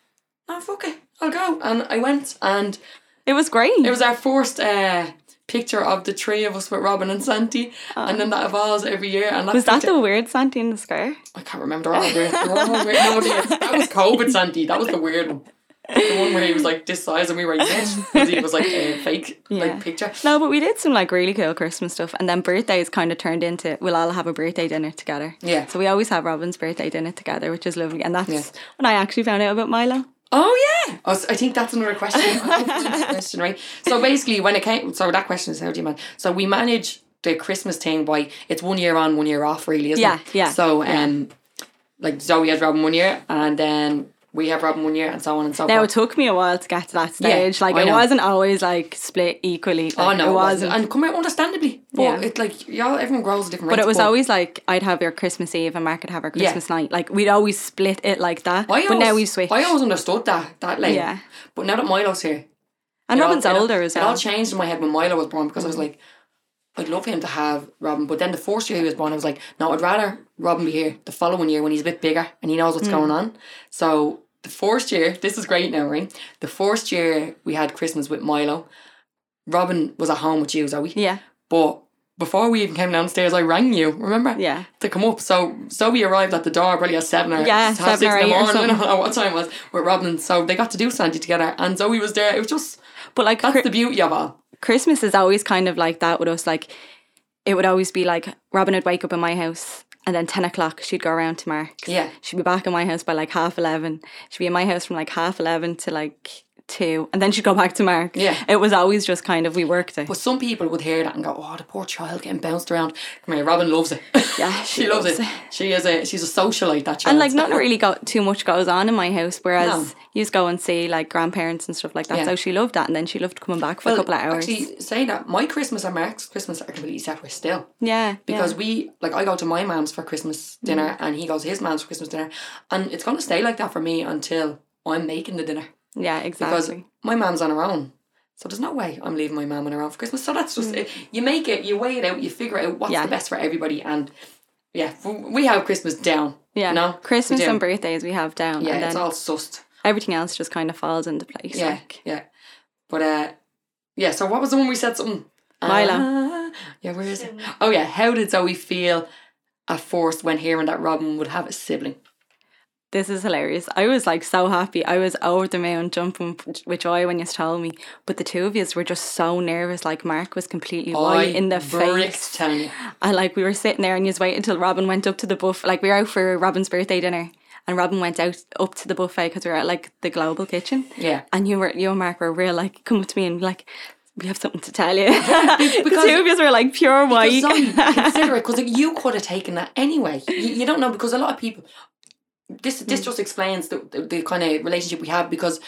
Speaker 1: "No, fuck it, I'll go." And I went, and
Speaker 2: it was great.
Speaker 1: it was our first uh, picture of the three of us with Robin and Santi, and then that evolves every year. And
Speaker 2: was that
Speaker 1: picture-
Speaker 2: the weird Santi in the square?
Speaker 1: I can't remember. All weird. They were all weird. No, they- that was COVID, Sandy. That was the weird one. The one where he was like this size and we were like this. 'cause He was like a fake
Speaker 2: Yeah.
Speaker 1: like picture.
Speaker 2: No, but we did some like really cool Christmas stuff, and then birthdays kind of turned into we'll all have a birthday dinner together.
Speaker 1: Yeah.
Speaker 2: So we always have Robin's birthday dinner together, which is lovely, and that's when I actually found out about Milo.
Speaker 1: Oh yeah. I, was- I think that's another question. I think that's another question, right? So basically, when it came, so that question is how do you manage? So we manage the Christmas thing by it's one year on, one year off, really, isn't
Speaker 2: Yeah,
Speaker 1: it?
Speaker 2: yeah,
Speaker 1: So um, like Zoe has Robin one year, and then we have Robin one year, and so on and so
Speaker 2: Now it
Speaker 1: forth.
Speaker 2: took me a while to get to that stage. like
Speaker 1: I
Speaker 2: it
Speaker 1: know.
Speaker 2: wasn't always like split equally.
Speaker 1: Oh
Speaker 2: Like,
Speaker 1: no, it wasn't. And come here, understandably. But
Speaker 2: Yeah.
Speaker 1: it's like y'all, everyone grows at different
Speaker 2: But
Speaker 1: rates.
Speaker 2: it was always like I'd have your Christmas Eve and Mark would have her Christmas night. Like we'd always split it like that.
Speaker 1: I
Speaker 2: but now
Speaker 1: always-
Speaker 2: we've switched.
Speaker 1: I always understood that that lane.
Speaker 2: Yeah.
Speaker 1: But now that Milo's here,
Speaker 2: and
Speaker 1: it all-
Speaker 2: Robin's
Speaker 1: it all-
Speaker 2: older as
Speaker 1: It all
Speaker 2: well.
Speaker 1: changed in my head when Milo was born because I was like, I'd love him to have Robin. But then the first year he was born, I was like, no, I'd rather Robin be here the following year when he's a bit bigger and he knows what's
Speaker 2: Mm.
Speaker 1: going on. So the first year, this is great now, right? The first year we had Christmas with Milo, Robin was at home with you, Zoe.
Speaker 2: Yeah.
Speaker 1: But before we even came downstairs, I rang you. Remember?
Speaker 2: Yeah.
Speaker 1: To come up. So Zoe arrived at the door probably at seven or
Speaker 2: Yeah,
Speaker 1: half
Speaker 2: seven
Speaker 1: six
Speaker 2: or
Speaker 1: in
Speaker 2: eight
Speaker 1: the
Speaker 2: or
Speaker 1: morning. I
Speaker 2: something.
Speaker 1: don't know what time it was with Robin. So they got to do Sandy together, and Zoe was there. It was just
Speaker 2: But like
Speaker 1: that's
Speaker 2: Chri-
Speaker 1: the beauty of it.
Speaker 2: Christmas is always kind of like that with us. Like it would always be like Robin would wake up in my house and then ten o'clock she'd go around to Mark's.
Speaker 1: Yeah.
Speaker 2: She'd be back in my house by like half eleven. She'd be in my house from like half eleven to like two. And then she'd go back to Mark's.
Speaker 1: Yeah.
Speaker 2: It was always just kind of we worked it.
Speaker 1: But some people would hear that and go, "Oh, the poor child getting bounced around." Come here, Robin loves it.
Speaker 2: Yeah,
Speaker 1: she, loves, it. She is a she's a socialite. That child
Speaker 2: And like nothing really got too much goes on in my house, whereas
Speaker 1: No.
Speaker 2: you just go and see like grandparents and stuff like that.
Speaker 1: Yeah.
Speaker 2: So she loved that, and then she loved coming back for a couple of hours.
Speaker 1: Actually, saying that, my Christmas and Mark's Christmas are completely separate still.
Speaker 2: yeah, Mm.
Speaker 1: because we like I go to my mom's for Christmas dinner and he goes to his mom's for Christmas dinner, and it's gonna stay like that for me until I'm making the dinner
Speaker 2: yeah, yeah,
Speaker 1: because
Speaker 2: exactly.
Speaker 1: my mom's on her own. So there's no way I'm leaving my mom on her own for Christmas. So that's just it. You make it, you weigh it out, you figure out what's
Speaker 2: Mm. Yeah.
Speaker 1: the best for everybody, and yeah, w- we have Christmas down.
Speaker 2: Yeah,
Speaker 1: no,
Speaker 2: Christmas
Speaker 1: we do.
Speaker 2: and birthdays we have down,
Speaker 1: yeah,
Speaker 2: and
Speaker 1: it's
Speaker 2: then
Speaker 1: all sussed.
Speaker 2: everything else just kind of falls into place.
Speaker 1: Yeah,
Speaker 2: like.
Speaker 1: yeah, but uh, yeah. So what was the one we said something?
Speaker 2: Milo.
Speaker 1: Ah, yeah, where is it? Oh yeah, how did Zoe feel at first when hearing that Robin would have a sibling?
Speaker 2: This is hilarious. I was like so happy. I was over the moon jumping with joy when you told me. But the two of you were just so nervous. Like Mark was completely white in the face.
Speaker 1: Tanya.
Speaker 2: And like we were sitting there and you just waited until Robin went up to the buffet. Like we were out for Robin's birthday dinner. And Robin went out up to the buffet because we were at like the global kitchen.
Speaker 1: Yeah.
Speaker 2: And you were you and Mark were real like come up to me and like we have something to tell you. because the two of us were like pure white.
Speaker 1: Sorry, consider it because you could have taken that anyway. You, you don't know because a lot of people. This
Speaker 2: Mm.
Speaker 1: this just explains the, the, the kind of relationship we have because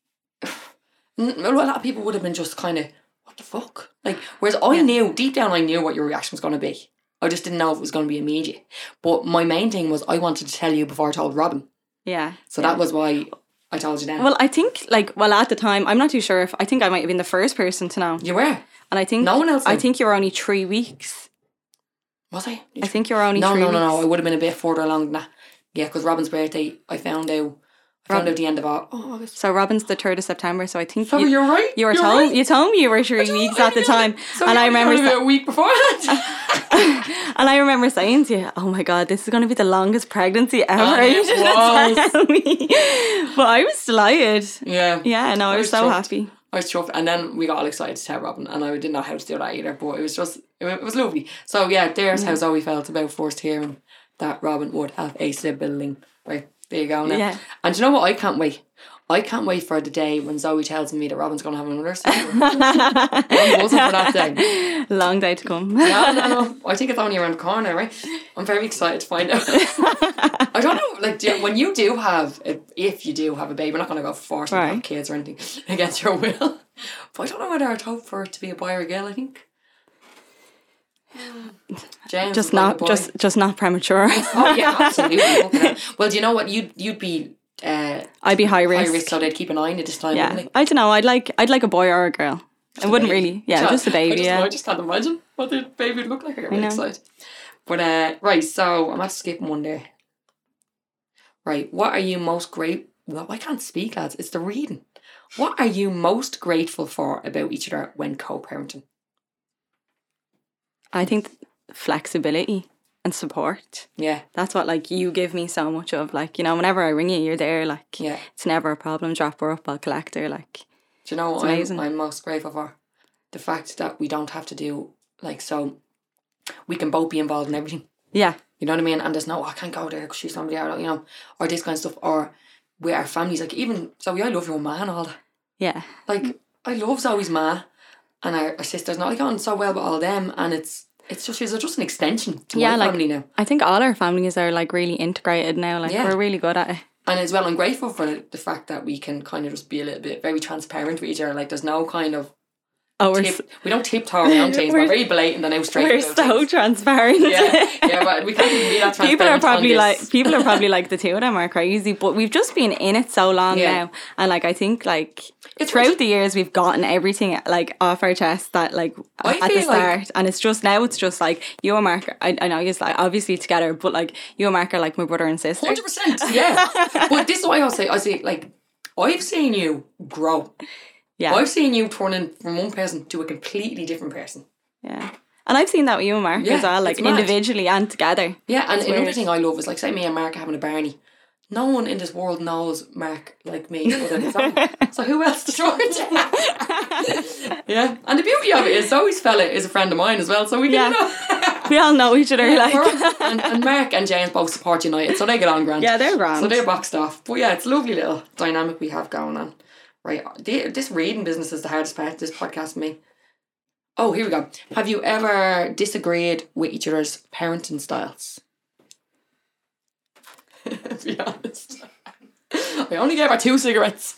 Speaker 1: n- a lot of people would have been just kind of what the fuck like. Whereas I knew deep down I knew what your reaction was going to be. I just didn't know if it was going to be immediate. But my main thing was I wanted to tell you before I told Robin,
Speaker 2: yeah.
Speaker 1: so that was why I told you then.
Speaker 2: Well, I think like well at the time I'm not too sure if I think I might have been the first person to know.
Speaker 1: you were
Speaker 2: And I think
Speaker 1: No one else
Speaker 2: I
Speaker 1: knew.
Speaker 2: think you were only three weeks.
Speaker 1: was I?
Speaker 2: I think you were only
Speaker 1: No,
Speaker 2: three
Speaker 1: no, no,
Speaker 2: weeks.
Speaker 1: no. I would have been a bit further along than that. Yeah, because Robin's birthday, I found out. I found out the end of Au- oh, August.
Speaker 2: So Robin's the third of September, so I think
Speaker 1: So
Speaker 2: you,
Speaker 1: you're right.
Speaker 2: you were
Speaker 1: you're
Speaker 2: told
Speaker 1: right.
Speaker 2: you told me you were three
Speaker 1: told-
Speaker 2: weeks
Speaker 1: I
Speaker 2: at the
Speaker 1: knew
Speaker 2: time.
Speaker 1: So
Speaker 2: and
Speaker 1: you
Speaker 2: I
Speaker 1: only
Speaker 2: remember
Speaker 1: told me a week before that.
Speaker 2: And I remember saying to you, "Oh my god, this is going to be the longest pregnancy ever."
Speaker 1: And it
Speaker 2: You didn't tell me. but I was delighted.
Speaker 1: yeah.
Speaker 2: Yeah, no, I was
Speaker 1: was
Speaker 2: so
Speaker 1: chuffed.
Speaker 2: happy.
Speaker 1: I was chuffed, and then we got all excited to tell Robin, and I didn't know how to do that either. But it was just, it wa- it was lovely. So yeah, there's
Speaker 2: Mm.
Speaker 1: how Zoe felt about first hearing that Robin would have a sibling. Right there you go now.
Speaker 2: Yeah.
Speaker 1: And do you know what? I can't wait. I can't wait for the day when Zoe tells me that Robin's going to have another sibling. I'm buzzing for that day.
Speaker 2: Long day to come.
Speaker 1: no, no, no. I think it's only around the corner, right? I'm very excited to find out. I don't know, like, do you, when you do have, a, if you do have a baby, we're not going to go force you to have
Speaker 2: Right.
Speaker 1: kids or anything against your will. But I don't know whether I'd hope for it to be a boy or a girl, I think. James
Speaker 2: Just
Speaker 1: is like a
Speaker 2: not,
Speaker 1: boy.
Speaker 2: just, just not premature.
Speaker 1: Oh, yeah, absolutely. Fucking hell. Well, do you know what? You'd, you'd be uh,
Speaker 2: I'd be
Speaker 1: high
Speaker 2: high risk.
Speaker 1: risk, so they'd keep an eye on you this time,
Speaker 2: Yeah,
Speaker 1: wouldn't they?
Speaker 2: I don't know. I'd like, I'd like a boy or a girl. I wouldn't
Speaker 1: baby.
Speaker 2: really. Yeah, just a
Speaker 1: I
Speaker 2: baby.
Speaker 1: just,
Speaker 2: yeah.
Speaker 1: I just can't imagine what the baby would look like. I get really
Speaker 2: know.
Speaker 1: excited. But uh, right, so I'm at skipping one there. Right, what are you most great? Well, I can't speak, lads. It's the reading. What are you most grateful for about each other when co-parenting?
Speaker 2: I think flexibility and support.
Speaker 1: Yeah,
Speaker 2: That's what like you give me so much of. Like you know, whenever I ring you, you're there. Like
Speaker 1: yeah.
Speaker 2: it's never a problem. Drop her up, I'll collect her. Like
Speaker 1: Do you know what
Speaker 2: amazing.
Speaker 1: I'm, I'm most grateful for? The fact that we don't have to do like so. We can both be involved in everything.
Speaker 2: yeah,
Speaker 1: You know what I mean? And there's no, "Oh, I can't go there because she's somebody, I don't, you know, or this kind of stuff. Or with our families, like even, Zoe, I love your man and all that.
Speaker 2: yeah, Mm.
Speaker 1: Like, I love Zoe's ma and our, our sister's not like on so well with all them. And it's, it's just, she's just an extension to
Speaker 2: Yeah,
Speaker 1: my
Speaker 2: like-
Speaker 1: family now.
Speaker 2: I think all our families are like really integrated now. Like
Speaker 1: Yeah.
Speaker 2: we're really good at it.
Speaker 1: And as well, I'm grateful for the, the fact that we can kind of just be a little bit very transparent with each other. Like, there's no kind of,
Speaker 2: Oh, we're s-
Speaker 1: tip, we don't tiptoe around things. We're,
Speaker 2: We're-
Speaker 1: very blatant and out straight.
Speaker 2: we're
Speaker 1: about
Speaker 2: so
Speaker 1: things.
Speaker 2: transparent.
Speaker 1: yeah, yeah, but we can't even be that transparent.
Speaker 2: people are
Speaker 1: on
Speaker 2: probably
Speaker 1: this.
Speaker 2: like people are probably like the two of them are crazy. But we've just been in it so long
Speaker 1: Yeah.
Speaker 2: now, and like I think like.
Speaker 1: It's
Speaker 2: Throughout the years, we've gotten everything like off our chest that like
Speaker 1: I
Speaker 2: at the
Speaker 1: feel like-
Speaker 2: start, and it's just now it's just like you and Mark. I, I know you're like obviously together, but like you and Mark are like my brother and sister.
Speaker 1: Hundred percent, yeah. but this is why I say I say like I've seen you grow.
Speaker 2: Yeah.
Speaker 1: I've seen you turning from one person to a completely different person.
Speaker 2: Yeah. And I've seen that with you and Mark
Speaker 1: Yeah,
Speaker 2: as well, like
Speaker 1: it's mad.
Speaker 2: individually and together.
Speaker 1: Yeah, and another
Speaker 2: weird.
Speaker 1: thing I love is like say me and Mark are having a Barney. No one in this world knows Mark like me other than his own. So who else to talk to? yeah, and the beauty of it is Zoe's fella is a friend of mine as well, so we
Speaker 2: Yeah.
Speaker 1: can know.
Speaker 2: We all know each other, like
Speaker 1: and, and Mark and James both support United, so they get on grand.
Speaker 2: Yeah, they're grand.
Speaker 1: So they're boxed off. But yeah, it's a lovely little dynamic we have going on. Right, the- this reading business is the hardest part of this podcast for me. Oh, here we go. Have you ever disagreed with each other's parenting styles? to be honest. I only gave her two cigarettes.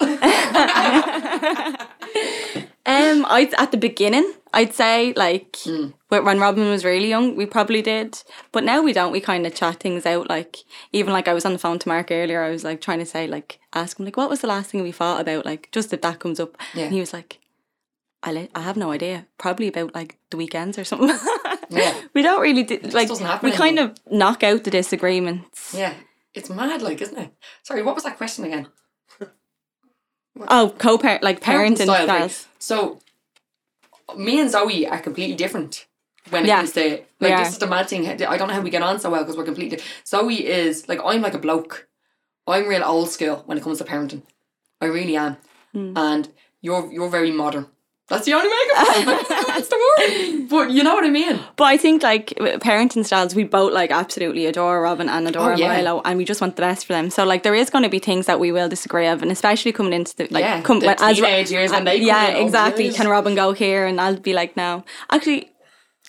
Speaker 2: Um, I at the beginning, I'd say like
Speaker 1: Hmm.
Speaker 2: wh- when Robin was really young, we probably did, but now we don't. We kind of chat things out. Like even like I was on the phone to Mark earlier. I was like trying to say like ask him like what was the last thing we fought about? Like just if that comes up,
Speaker 1: Yeah.
Speaker 2: and he was like, I li- I have no idea. Probably about like the weekends or something.
Speaker 1: yeah.
Speaker 2: we don't really do, like
Speaker 1: doesn't happen
Speaker 2: we kind of knock out the disagreements.
Speaker 1: Yeah. It's mad, like, isn't it? Sorry, what was that question again?
Speaker 2: Oh, co-parent like parenting
Speaker 1: style, right.
Speaker 2: styles.
Speaker 1: So, me and Zoe are completely different when it
Speaker 2: Yeah,
Speaker 1: comes to
Speaker 2: we
Speaker 1: like
Speaker 2: are.
Speaker 1: this is the mad thing. I don't know how we get on so well because we're completely. Zoe is like I'm like a bloke. I'm real old school when it comes to parenting. I really am.
Speaker 2: Hmm.
Speaker 1: And you're you're very modern. That's the only makeup. That's the word. But you know what I mean.
Speaker 2: But I think like w- parenting styles, we both like absolutely adore Robin and adore
Speaker 1: Oh, yeah.
Speaker 2: Milo, and we just want the best for them. So like there is going to be things that we will disagree of, and especially coming into the like
Speaker 1: Yeah,
Speaker 2: come
Speaker 1: the
Speaker 2: when- as Ro-
Speaker 1: teenage years when they come in,
Speaker 2: yeah
Speaker 1: oh,
Speaker 2: exactly.
Speaker 1: yes.
Speaker 2: Can Robin go here? And I'll be like no. Actually,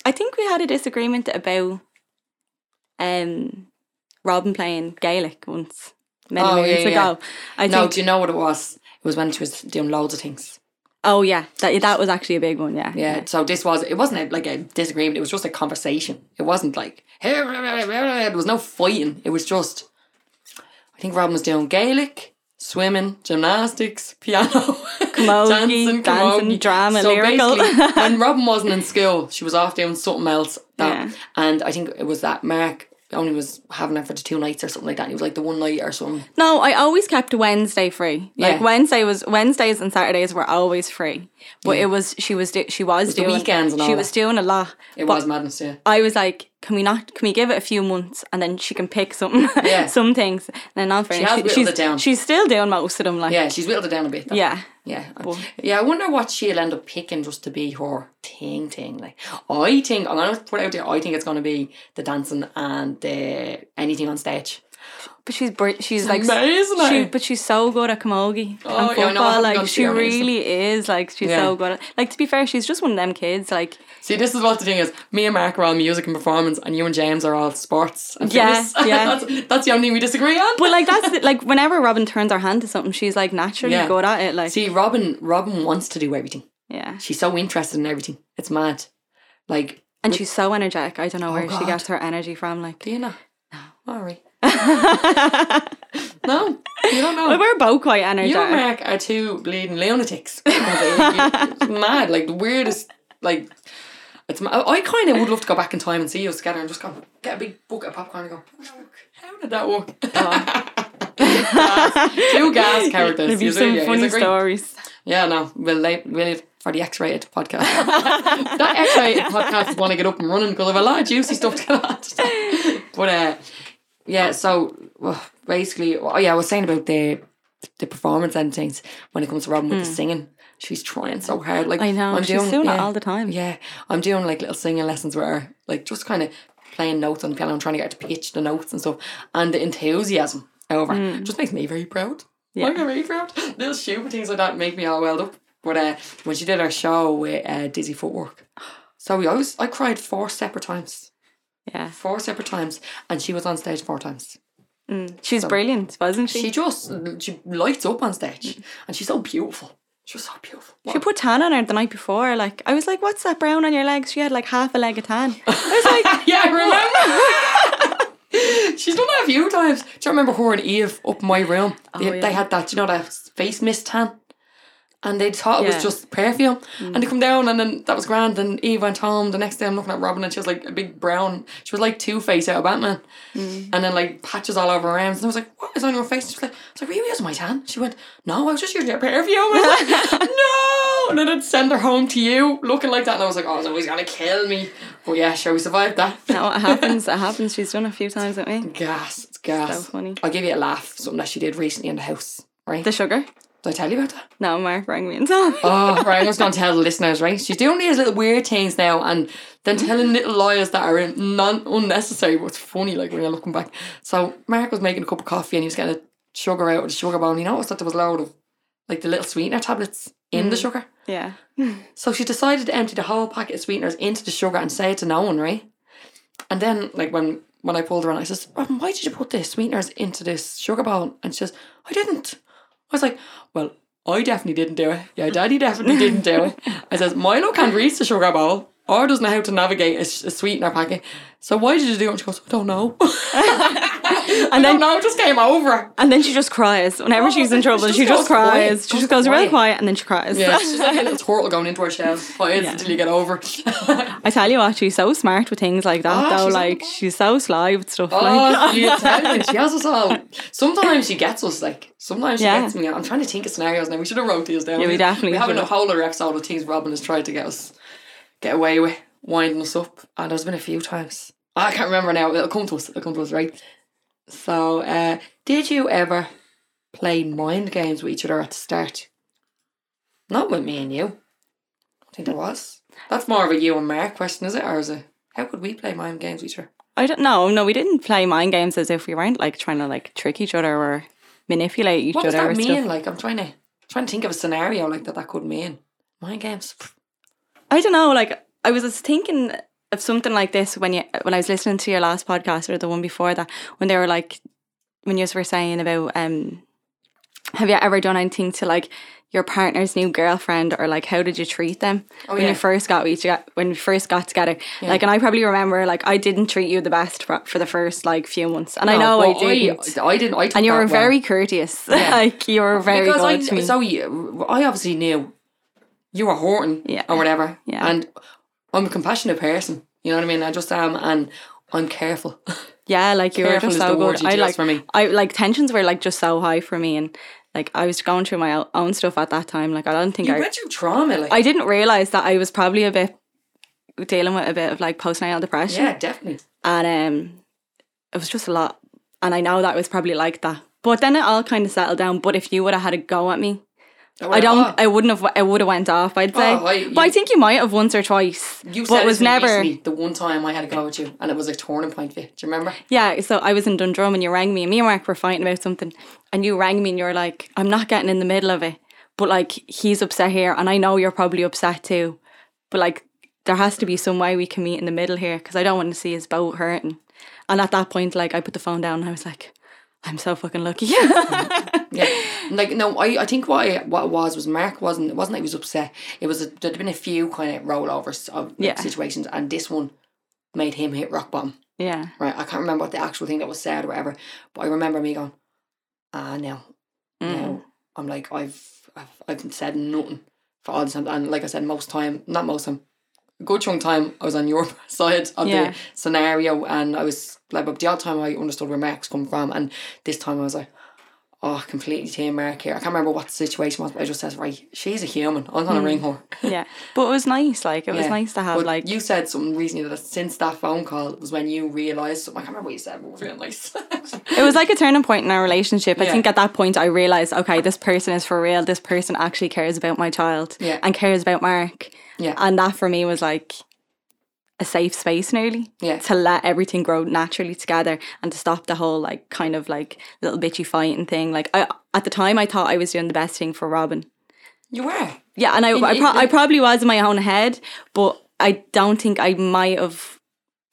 Speaker 2: I think we had a disagreement about um Robin playing Gaelic once many
Speaker 1: Oh,
Speaker 2: minutes
Speaker 1: yeah, yeah.
Speaker 2: ago. I
Speaker 1: No,
Speaker 2: think
Speaker 1: do you know what it was? It was when she was doing loads of things.
Speaker 2: oh yeah that that was actually a big one yeah
Speaker 1: Yeah. So this was it wasn't a, like a disagreement. It was just a conversation. It wasn't like hey, blah, blah, blah, blah," there was no fighting. It was just I think Robin was doing Gaelic, swimming, gymnastics, piano,
Speaker 2: Camogie, dancing,
Speaker 1: camogie.
Speaker 2: drama,
Speaker 1: So
Speaker 2: lyrical.
Speaker 1: basically, when Robin wasn't in school, she was off doing something else. That,
Speaker 2: Yeah.
Speaker 1: And I think it was that Mark only was having her for the two nights or something like that. And he was like the one night or something.
Speaker 2: No, I always kept Wednesday free. Like
Speaker 1: Yeah.
Speaker 2: Wednesday was Wednesdays and Saturdays were always free. But it was she was do, she was,
Speaker 1: the
Speaker 2: doing
Speaker 1: weekends and all
Speaker 2: she was
Speaker 1: that.
Speaker 2: doing a lot.
Speaker 1: It was madness, yeah.
Speaker 2: I was like, can we not? Can we give it a few months and then she can pick something,
Speaker 1: Yeah.
Speaker 2: some things. And then on
Speaker 1: has whittled
Speaker 2: she's
Speaker 1: it down.
Speaker 2: she's still doing most of them. Like yeah,
Speaker 1: Yeah, she's whittled it down a bit. though.
Speaker 2: yeah.
Speaker 1: Yeah. yeah, I wonder what she'll end up picking just to be her thing thing. Like I think I'm gonna put it out there, I think it's gonna be the dancing and the anything on stage.
Speaker 2: But she's br- she's like
Speaker 1: amazing, eh?
Speaker 2: She,
Speaker 1: like.
Speaker 2: but she's so good at camogie
Speaker 1: Oh, yeah, I know, I
Speaker 2: and football.
Speaker 1: haven't gone
Speaker 2: like
Speaker 1: to
Speaker 2: she
Speaker 1: your amazing.
Speaker 2: really is. Like she's
Speaker 1: Yeah.
Speaker 2: so good. At, like to be fair, she's just one of them kids. Like
Speaker 1: See this is what the thing is. Me and Mark are all music and performance and you and James are all sports and
Speaker 2: Yeah,
Speaker 1: fitness.
Speaker 2: yeah.
Speaker 1: that's, that's the only thing we disagree on.
Speaker 2: But like that's the- like whenever Robin turns her hand to something, she's like naturally
Speaker 1: Yeah.
Speaker 2: good at it. Like
Speaker 1: See Robin Robin wants to do everything.
Speaker 2: yeah,
Speaker 1: She's so interested in everything. It's mad. Like
Speaker 2: and she's so energetic. I don't know where she
Speaker 1: God.
Speaker 2: gets her energy from. Like
Speaker 1: do you know? No. Sorry. no, you don't know.
Speaker 2: But we're both quite energetic.
Speaker 1: You and Mark are two bleeding lunatics. It's mad, like the weirdest, like. It's ma- I kind of would love to go back in time and see you together and just go get a big bucket of popcorn and go. How did that work? How did that work? Gas. two gas characters.
Speaker 2: Oh. There'd be
Speaker 1: you see,
Speaker 2: some
Speaker 1: yeah, it's
Speaker 2: funny
Speaker 1: a great-
Speaker 2: stories.
Speaker 1: Yeah, no, we'll leave, we'll leave for the X-rated podcast. that X-rated podcast want to get up and running because I've a lot of juicy stuff to get on. But uh, yeah, so well, basically, oh yeah, I was saying about the the performance and things when it comes to Robin with the singing. She's trying so hard. Like
Speaker 2: Hmm. I know.
Speaker 1: I'm
Speaker 2: she's
Speaker 1: doing,
Speaker 2: doing it
Speaker 1: yeah.
Speaker 2: all the time.
Speaker 1: Yeah, I'm doing like little singing lessons where, like just kind of playing notes on the piano and trying to get her to pitch the notes and stuff. And the enthusiasm over it just makes me very proud. Yeah. I'm very proud. Little stupid things like that make me all welled up. But uh, when she did her show with uh, Dizzy Footwork, so I was I cried four separate times,
Speaker 2: Yeah.
Speaker 1: four separate times, and she was on stage four times.
Speaker 2: She's brilliant, wasn't she?
Speaker 1: She
Speaker 2: she?
Speaker 1: just she lights up on stage, and she's so beautiful. She's so beautiful.
Speaker 2: put tan on her the night before. Like I was like, "What's that brown on your legs?" She had like half a leg of tan. I was like,
Speaker 1: yeah, I remember. She's done that a few times. Do you remember her and Eve up in my room? They,
Speaker 2: yeah.
Speaker 1: they had that, you know, that face mist tan. And they thought it
Speaker 2: Yeah.
Speaker 1: was just perfume. And they
Speaker 2: Mm.
Speaker 1: come down and then that was grand. And Eve went home. The next day I'm looking at Robin and she was like a big brown. She was like Two Face out of Batman.
Speaker 2: Mm.
Speaker 1: And then like patches all over her arms. And I was like, what is on your face? And she was like, I was like, were you using my tan? She went, no, I was just using your perfume. And I was like, no. And then I'd send her home to you looking like that. And I was like, oh, no, he's going to kill me. But yeah, sure, we survived that.
Speaker 2: "No, it happens. It happens." She's done a few times with me.
Speaker 1: Gas, it's gas.
Speaker 2: So funny.
Speaker 1: I'll give you a laugh. Something that she did recently in the house, right?
Speaker 2: The sugar.
Speaker 1: Did I tell you about that?
Speaker 2: No, Mark rang me and told me.
Speaker 1: Oh, right. I'm just going to tell the listeners, right? She's doing these little weird things now and then telling little lies that are non unnecessary. But it's funny, like, when you're looking back. So, Mark was making a cup of coffee and he was getting a sugar out of the sugar bowl. And he noticed that there was a load of, like, the little sweetener tablets in the sugar.
Speaker 2: Yeah.
Speaker 1: So she decided to empty the whole packet of sweeteners into the sugar and say it to no one, right? And then, like when when I pulled her on, I says, Robin, "Why did you put the sweeteners into this sugar bowl?" And she says, "I didn't." I was like, "Well, I definitely didn't do it. Yeah, Daddy definitely didn't do it." I says, "Milo can't reach the sugar bowl or doesn't know how to navigate a, s- a sweetener packet. So why did you do it?" And she goes, "I don't know." and then no, it just came over.
Speaker 2: And then she just cries. Whenever
Speaker 1: Oh,
Speaker 2: she's in
Speaker 1: she
Speaker 2: trouble,
Speaker 1: just
Speaker 2: she
Speaker 1: goes
Speaker 2: just cries.
Speaker 1: quiet,
Speaker 2: She
Speaker 1: goes
Speaker 2: just goes
Speaker 1: quiet.
Speaker 2: really quiet and then she cries.
Speaker 1: Yeah, she's like a little turtle going into her shell. But it's
Speaker 2: Yeah.
Speaker 1: until you get over.
Speaker 2: I tell you what, she's so smart with things like that
Speaker 1: Oh,
Speaker 2: though.
Speaker 1: she's
Speaker 2: like
Speaker 1: unbelievable.
Speaker 2: she's so sly with stuff like
Speaker 1: Oh, she's intelligent. She has us all. Sometimes she gets us. Like sometimes she
Speaker 2: Yeah.
Speaker 1: gets me. I'm trying to think of scenarios now. We should have wrote these down.
Speaker 2: Yeah, we definitely
Speaker 1: We have
Speaker 2: should
Speaker 1: a
Speaker 2: have.
Speaker 1: whole other episode of things Robin has tried to get us get away with, winding us up. And there's been a few times. I can't remember now. It'll come to us. It'll come to us, right? So uh, Did you ever play mind games with each other at the start? Not with me and you. I don't think there was. That's more of a you and Mark question, is it? Or is it how could we play mind games with each other?
Speaker 2: I don't know. No, we didn't play mind games as if we weren't like trying to like trick each other or manipulate each
Speaker 1: What does
Speaker 2: other.
Speaker 1: that
Speaker 2: or
Speaker 1: mean?
Speaker 2: stuff.
Speaker 1: Like I'm trying to trying to think of a scenario like that that could mean. Mind games.
Speaker 2: I don't know. Like I was just thinking of something like this when you when I was listening to your last podcast or the one before that when they were like when you were saying about um have you ever done anything to like your partner's new girlfriend or like how did you treat them
Speaker 1: Oh,
Speaker 2: when
Speaker 1: yeah.
Speaker 2: you first got with each when we first got together like and I probably remember like I didn't treat you the best for, for the first like few months and I know I
Speaker 1: but
Speaker 2: didn't
Speaker 1: I, I didn't. I took
Speaker 2: and you
Speaker 1: that
Speaker 2: were
Speaker 1: well.
Speaker 2: very courteous
Speaker 1: Yeah.
Speaker 2: like you were very
Speaker 1: because
Speaker 2: good
Speaker 1: I
Speaker 2: to me.
Speaker 1: so you, I obviously knew you were horting
Speaker 2: Yeah.
Speaker 1: or whatever.
Speaker 2: Yeah.
Speaker 1: And I'm a compassionate person. You know what I mean? I just am, and I'm careful.
Speaker 2: Yeah, like you were
Speaker 1: Careful
Speaker 2: just
Speaker 1: is the
Speaker 2: so
Speaker 1: word
Speaker 2: good.
Speaker 1: you
Speaker 2: I
Speaker 1: chose
Speaker 2: like
Speaker 1: for me.
Speaker 2: I like tensions were like just so high for me, and like I was going through my o- own stuff at that time. Like I don't think
Speaker 1: you
Speaker 2: I
Speaker 1: went through trauma, like
Speaker 2: I didn't realize that I was probably a bit dealing with a bit of like postnatal depression,
Speaker 1: yeah, definitely.
Speaker 2: and um, it was just a lot. And I know that was probably like that, but then it all kind of settled down. But if you would have had a go at me, I don't. I wouldn't have. I would have went off. I'd say,
Speaker 1: Oh, I-
Speaker 2: but I think you might have once or twice.
Speaker 1: you
Speaker 2: but
Speaker 1: said
Speaker 2: was
Speaker 1: was
Speaker 2: never.
Speaker 1: the one time I had a go at you, and it was a turning point for you. Do you remember?
Speaker 2: Yeah, so I was in Dundrum and you rang me and me and Mark were fighting about something and you rang me and you were like, I'm not getting in the middle of it. But like he's upset here and I know you're probably upset too. But like there has to be some way we can meet in the middle here because I don't want to see his boat hurting. And at that point, like I put the phone down and I was like, I'm so fucking lucky.
Speaker 1: Yeah. Like no, I, I think what I, what it was was Mark wasn't it wasn't that he was upset. It was a, there'd been a few kind of rollovers of like,
Speaker 2: Yeah.
Speaker 1: situations, and this one made him hit rock bottom.
Speaker 2: yeah.
Speaker 1: Right, I can't remember what the actual thing that was said or whatever, but I remember me going, ah, no,
Speaker 2: Mm.
Speaker 1: no. I'm like, I've, I've, I've said nothing for all this time. And like I said, most time, not most time, a good chunk time, I was on your side of
Speaker 2: Yeah.
Speaker 1: the scenario. And I was like, but the odd time I understood where Mark's come from. And this time I was like, oh, completely team Mark here. I can't remember what the situation was, but I just said, right, she's a human. I'm going to ring
Speaker 2: Mm.
Speaker 1: her.
Speaker 2: Yeah. But it was nice. Like it was
Speaker 1: Yeah.
Speaker 2: nice to have
Speaker 1: But
Speaker 2: like,
Speaker 1: you said something recently that since that phone call was when you realised something. I can't remember what you said, but it was really nice.
Speaker 2: it was like a turning point in our relationship. I
Speaker 1: Yeah.
Speaker 2: think at that point I realized, okay, this person is for real. This person actually cares about my child
Speaker 1: Yeah.
Speaker 2: and cares about Mark.
Speaker 1: Yeah.
Speaker 2: And that for me was like a safe space nearly.
Speaker 1: Yeah.
Speaker 2: To let everything grow naturally together and to stop the whole like kind of like little bitchy fighting thing. Like I at the time I thought I was doing the best thing for Robin.
Speaker 1: you were.
Speaker 2: Yeah, and I I,
Speaker 1: you-
Speaker 2: pro- I probably was in my own head, but I don't think I might have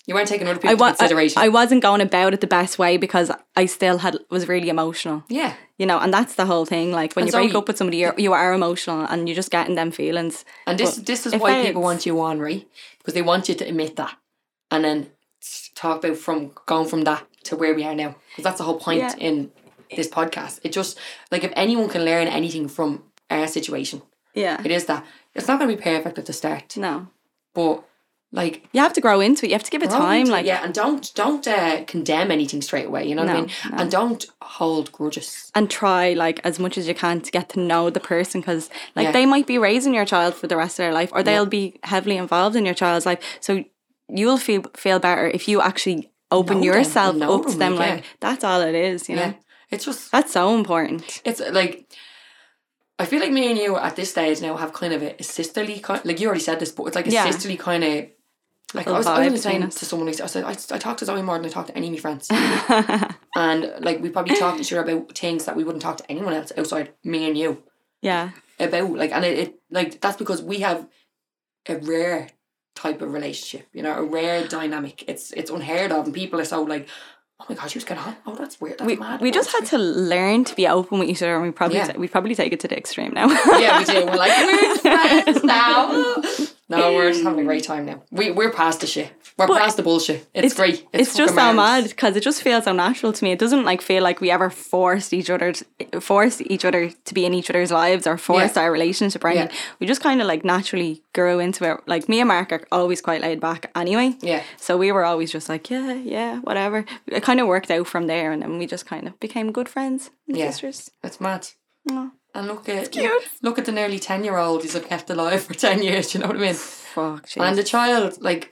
Speaker 1: You weren't taking other people
Speaker 2: I,
Speaker 1: into
Speaker 2: wa- I,
Speaker 1: consideration.
Speaker 2: I wasn't going about it the best way because I still had was really emotional
Speaker 1: yeah.
Speaker 2: you know, and that's the whole thing. Like when
Speaker 1: And
Speaker 2: you
Speaker 1: so
Speaker 2: break
Speaker 1: you-
Speaker 2: up with somebody, you're, you are emotional and you're just getting them feelings.
Speaker 1: And this
Speaker 2: But
Speaker 1: this is
Speaker 2: it
Speaker 1: why
Speaker 2: fades.
Speaker 1: people want you on, right? Because they want you to admit that. And then s- talk about from going from that to where we are now. Because that's the whole point
Speaker 2: Yeah.
Speaker 1: in this podcast. It just like if anyone can learn anything from our situation,
Speaker 2: Yeah.
Speaker 1: it is that it's not gonna be perfect at the start.
Speaker 2: No.
Speaker 1: But like
Speaker 2: You have to grow into it. You have to give it
Speaker 1: Grow
Speaker 2: time.
Speaker 1: into it,
Speaker 2: Like,
Speaker 1: Oh, yeah, and don't don't uh, condemn anything straight away. You know what I
Speaker 2: No,
Speaker 1: mean? And don't hold grudges.
Speaker 2: and try like as much as you can to get to know the person because like
Speaker 1: Yeah.
Speaker 2: they might be raising your child for the rest of their life or they'll be heavily involved in your child's life. So you'll feel feel better if you actually open
Speaker 1: Know them
Speaker 2: yourself
Speaker 1: and know
Speaker 2: up to
Speaker 1: them,
Speaker 2: them.
Speaker 1: yeah.
Speaker 2: Like that's all it is. You
Speaker 1: Yeah,
Speaker 2: know,
Speaker 1: it's just
Speaker 2: that's so important.
Speaker 1: it's uh, like I feel like me and you at this stage now have kind of a sisterly kind. Like you already said this, but it's like a
Speaker 2: Yeah.
Speaker 1: sisterly kind of. Like I
Speaker 2: Little
Speaker 1: was, I
Speaker 2: vibe
Speaker 1: was
Speaker 2: between
Speaker 1: saying
Speaker 2: us.
Speaker 1: to someone, recently, I said I, I talk to Zoe more than I talk to any of my friends, and like we probably talk to each other about things that we wouldn't talk to anyone else outside me and you
Speaker 2: Yeah.
Speaker 1: about. Like, and it, it like that's because we have a rare type of relationship, you know, a rare dynamic. It's it's unheard of, and people are so like, oh my god, she was getting on. Oh, that's weird. That's
Speaker 2: We,
Speaker 1: mad.
Speaker 2: we
Speaker 1: Oh,
Speaker 2: just
Speaker 1: that's
Speaker 2: had to learn to be open with each other, and we probably
Speaker 1: Yeah.
Speaker 2: t- we probably take it to the extreme now.
Speaker 1: yeah, we do. We're like, we're friends now. No, we're just having a great time now. We we're past the shit. We're past the bullshit. It's, great.
Speaker 2: It's, just
Speaker 1: fucking
Speaker 2: so mad
Speaker 1: mad.
Speaker 2: because it just feels so natural to me. It doesn't like feel like we ever forced each other, to, forced each other to be in each other's lives or forced
Speaker 1: Yeah.
Speaker 2: our relationship or anything.
Speaker 1: Yeah.
Speaker 2: We just kind of like naturally grew into it. Like me and Mark are always quite laid back anyway.
Speaker 1: Yeah.
Speaker 2: So we were always just like, yeah, yeah, whatever. It kind of worked out from there, and then we just kind of became good friends and
Speaker 1: Yeah.
Speaker 2: sisters.
Speaker 1: It's mad.
Speaker 2: No.
Speaker 1: And look at
Speaker 2: cute.
Speaker 1: look at the nearly ten year old he's kept alive for ten years, you know what I mean?
Speaker 2: Fuck. jeez.
Speaker 1: And the child, like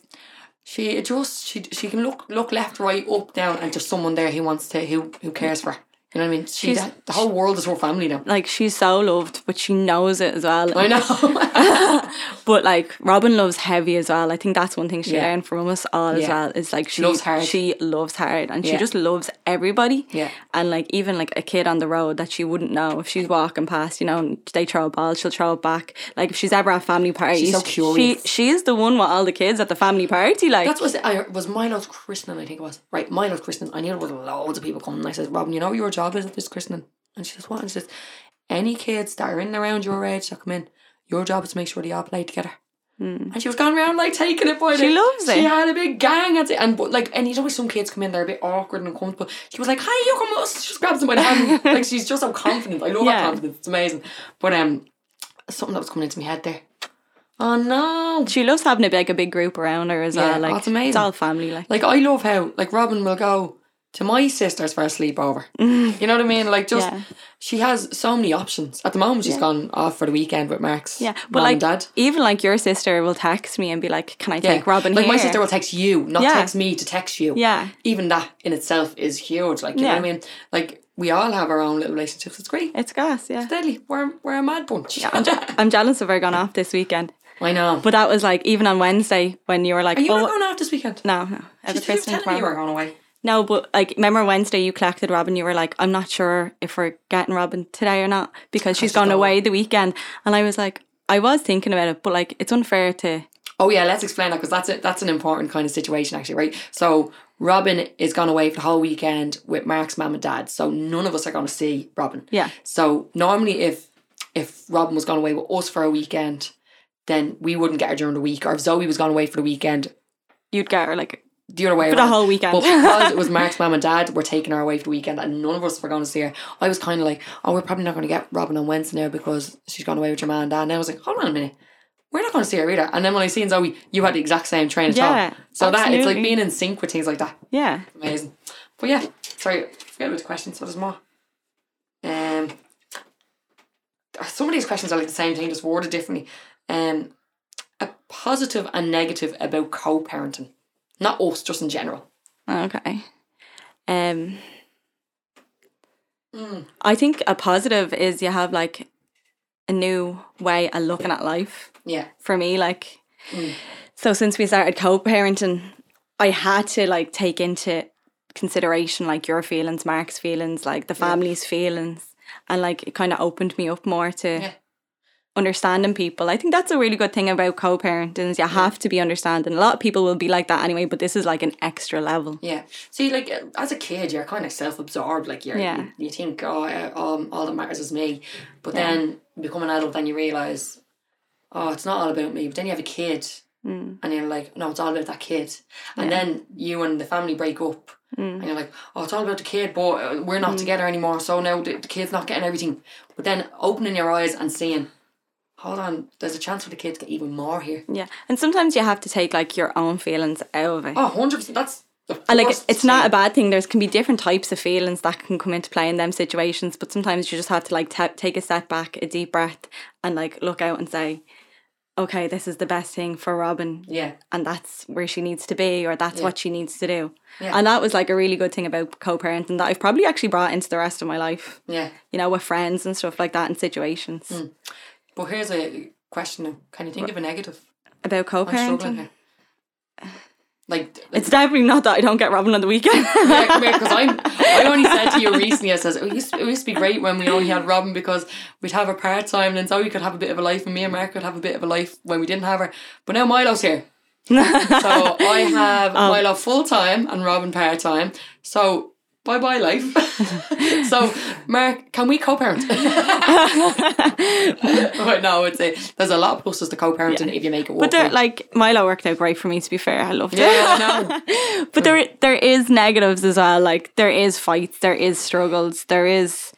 Speaker 1: she adjusts she she can look look left, right, up, down and just someone there who wants to who who cares for her. You know what I mean? She,
Speaker 2: She's-
Speaker 1: that- the whole world is her family now.
Speaker 2: Like she's so loved, but she knows it as well.
Speaker 1: I know.
Speaker 2: But like Robin loves heavy as well. I think that's one thing she
Speaker 1: Yeah.
Speaker 2: learned from us all as
Speaker 1: Yeah.
Speaker 2: well. Is like she
Speaker 1: loves hard.
Speaker 2: She loves hard, and
Speaker 1: Yeah.
Speaker 2: she just loves everybody.
Speaker 1: Yeah.
Speaker 2: and like even like a kid on the road that she wouldn't know if she's walking past. You know, and they throw a ball, she'll throw it back. Like if she's ever at family parties,
Speaker 1: so
Speaker 2: she
Speaker 1: curious.
Speaker 2: she is the one with all the kids at the family party. Like
Speaker 1: That's what I was Milo's christening, I think it was. Right, Milo's christening. I knew there was loads of people coming. And I said, Robin, you know what your job is at this christening? And she says, What? And she says, Any kids that are in and around your age that come in, your job is to make sure they all play together. And she was going around like taking it by
Speaker 2: Hmm. She
Speaker 1: the-
Speaker 2: loves it.
Speaker 1: She had a big gang at it. And but like and you know some kids come in, they're a bit awkward and uncomfortable. She was like, Hi, you come with us. She just grabs them by the hand. like she's just so confident. I love that
Speaker 2: Yeah.
Speaker 1: confidence. It's amazing. But um something that was coming into my head there. Oh no.
Speaker 2: she loves having a big a big group around her as
Speaker 1: Yeah,
Speaker 2: well. Like
Speaker 1: that's amazing.
Speaker 2: it's all family. Like
Speaker 1: Like I love how like Robin will go to my sister's for a sleepover. you know what I mean? Like just
Speaker 2: Mm. Yeah.
Speaker 1: she has so many options. At the moment, she's gone off for the weekend with Mark's
Speaker 2: yeah, but
Speaker 1: mom
Speaker 2: like
Speaker 1: and dad.
Speaker 2: even like your sister will text me and be like, "Can I
Speaker 1: Yeah.
Speaker 2: take Robin?"
Speaker 1: like my
Speaker 2: here?"
Speaker 1: sister will text you, not
Speaker 2: Yeah.
Speaker 1: text me to text you.
Speaker 2: Yeah.
Speaker 1: even that in itself is huge. Like you know
Speaker 2: Yeah.
Speaker 1: what I mean? Like we all have our own little relationships. It's great.
Speaker 2: It's gas, yeah.
Speaker 1: Deadly. We're we're a mad bunch.
Speaker 2: I'm, je- I'm jealous of her gone off this weekend.
Speaker 1: I know.
Speaker 2: But that was like even on Wednesday when you were like,
Speaker 1: Are you
Speaker 2: oh,
Speaker 1: not going off this weekend?
Speaker 2: no, no, I have a
Speaker 1: Did you
Speaker 2: christening
Speaker 1: tell me you were
Speaker 2: tomorrow.
Speaker 1: going away?
Speaker 2: No, but like remember Wednesday you collected Robin. You were like, I'm not sure if we're getting Robin today or not because she's gone
Speaker 1: gone
Speaker 2: away the weekend. And I was like, I was thinking about it, but like it's unfair to.
Speaker 1: Oh yeah, let's explain that because that's it. That's an important kind of situation, actually, right? So Robin is gone away for the whole weekend with Mark's mum and dad, so none of us are going to see Robin.
Speaker 2: Yeah.
Speaker 1: So normally, if if Robin was gone away with us for a weekend, then we wouldn't get her during the week, or if Zoe was gone away for the weekend,
Speaker 2: You'd get her like
Speaker 1: the other way
Speaker 2: for the
Speaker 1: around.
Speaker 2: whole weekend.
Speaker 1: But because it was Mark's mum and dad were taking her away for the weekend and none of us were going to see her, I was kind of like, oh, we're probably not going to get Robin on Wednesday now because she's gone away with your mum and dad. And I was like, hold on a minute. We're not going to see her either. And then when I seen Zoe, you had the exact same train of
Speaker 2: Yeah,
Speaker 1: thought. So that, it's like
Speaker 2: absolutely.
Speaker 1: being in sync with things like that.
Speaker 2: yeah.
Speaker 1: Amazing. But yeah, sorry, I forget about the questions, so there's more. Um, uh, some of these questions are like the same thing, just worded differently. Um, a positive and negative about co-parenting. Not us, just in general.
Speaker 2: Okay. Um,
Speaker 1: Mm.
Speaker 2: I think a positive is you have like a new way of looking at life.
Speaker 1: Yeah.
Speaker 2: for me like so since we started co-parenting i had to like take into consideration like your feelings mark's feelings like the family's feelings and like it kind of opened me up more to
Speaker 1: Yeah.
Speaker 2: understanding people i think that's a really good thing about co-parenting is you have to be understanding a lot of people will be like that anyway but this is like an extra level
Speaker 1: Yeah. See, like uh, as a kid, you're kind of self-absorbed. Like you're,
Speaker 2: Yeah.
Speaker 1: you, you think, oh, uh, um, all that matters is me. But then you become an adult, then you realize, oh, it's not all about me. But then you have a kid,
Speaker 2: Mm.
Speaker 1: and you're like, no, it's all about that kid. And then you and the family break up,
Speaker 2: Mm.
Speaker 1: and you're like, oh, it's all about the kid, but uh, we're not together anymore. So now the, the kid's not getting everything. But then opening your eyes and seeing, hold on, there's a chance for the kid to get even more here.
Speaker 2: yeah and sometimes you have to take like your own feelings out of it
Speaker 1: Oh, 100 percent. That's the
Speaker 2: And like
Speaker 1: worst
Speaker 2: it's not
Speaker 1: thing.
Speaker 2: a bad thing. There's can be different types of feelings that can come into play in them situations, but sometimes you just have to like ta take a step back, a deep breath, and like look out and say, "Okay, this is the best thing for Robin,
Speaker 1: Yeah.
Speaker 2: and that's where she needs to be, or that's what she needs to do."
Speaker 1: Yeah.
Speaker 2: And that was like a really good thing about co-parenting that I've probably actually brought into the rest of my life.
Speaker 1: Yeah.
Speaker 2: You know, with friends and stuff like that in situations
Speaker 1: Mm. But here's a question now. Can you think of a negative?
Speaker 2: about
Speaker 1: I'm struggling
Speaker 2: co-parenting.
Speaker 1: here. Like,
Speaker 2: It's definitely not that I don't get Robin on the weekend.
Speaker 1: because I'm, I only said to you oh, recently, I says, it used, to, it used to be great when we only had Robin because we'd have her part time and Zoe could have a bit of a life and me and Mark could have a bit of a life when we didn't have her. But now Milo's here. so I have
Speaker 2: Oh.
Speaker 1: Milo full time and Robin part time. So bye bye life. so Mark, can we co-parent? but no, it's a, there's a lot of pluses to co-parenting if you make it work. Oh,
Speaker 2: But there,
Speaker 1: right?
Speaker 2: like Milo worked out great for me. To be fair, I loved it.
Speaker 1: yeah, I know.
Speaker 2: But there there is negatives as well. Like there is fights, there is struggles, there is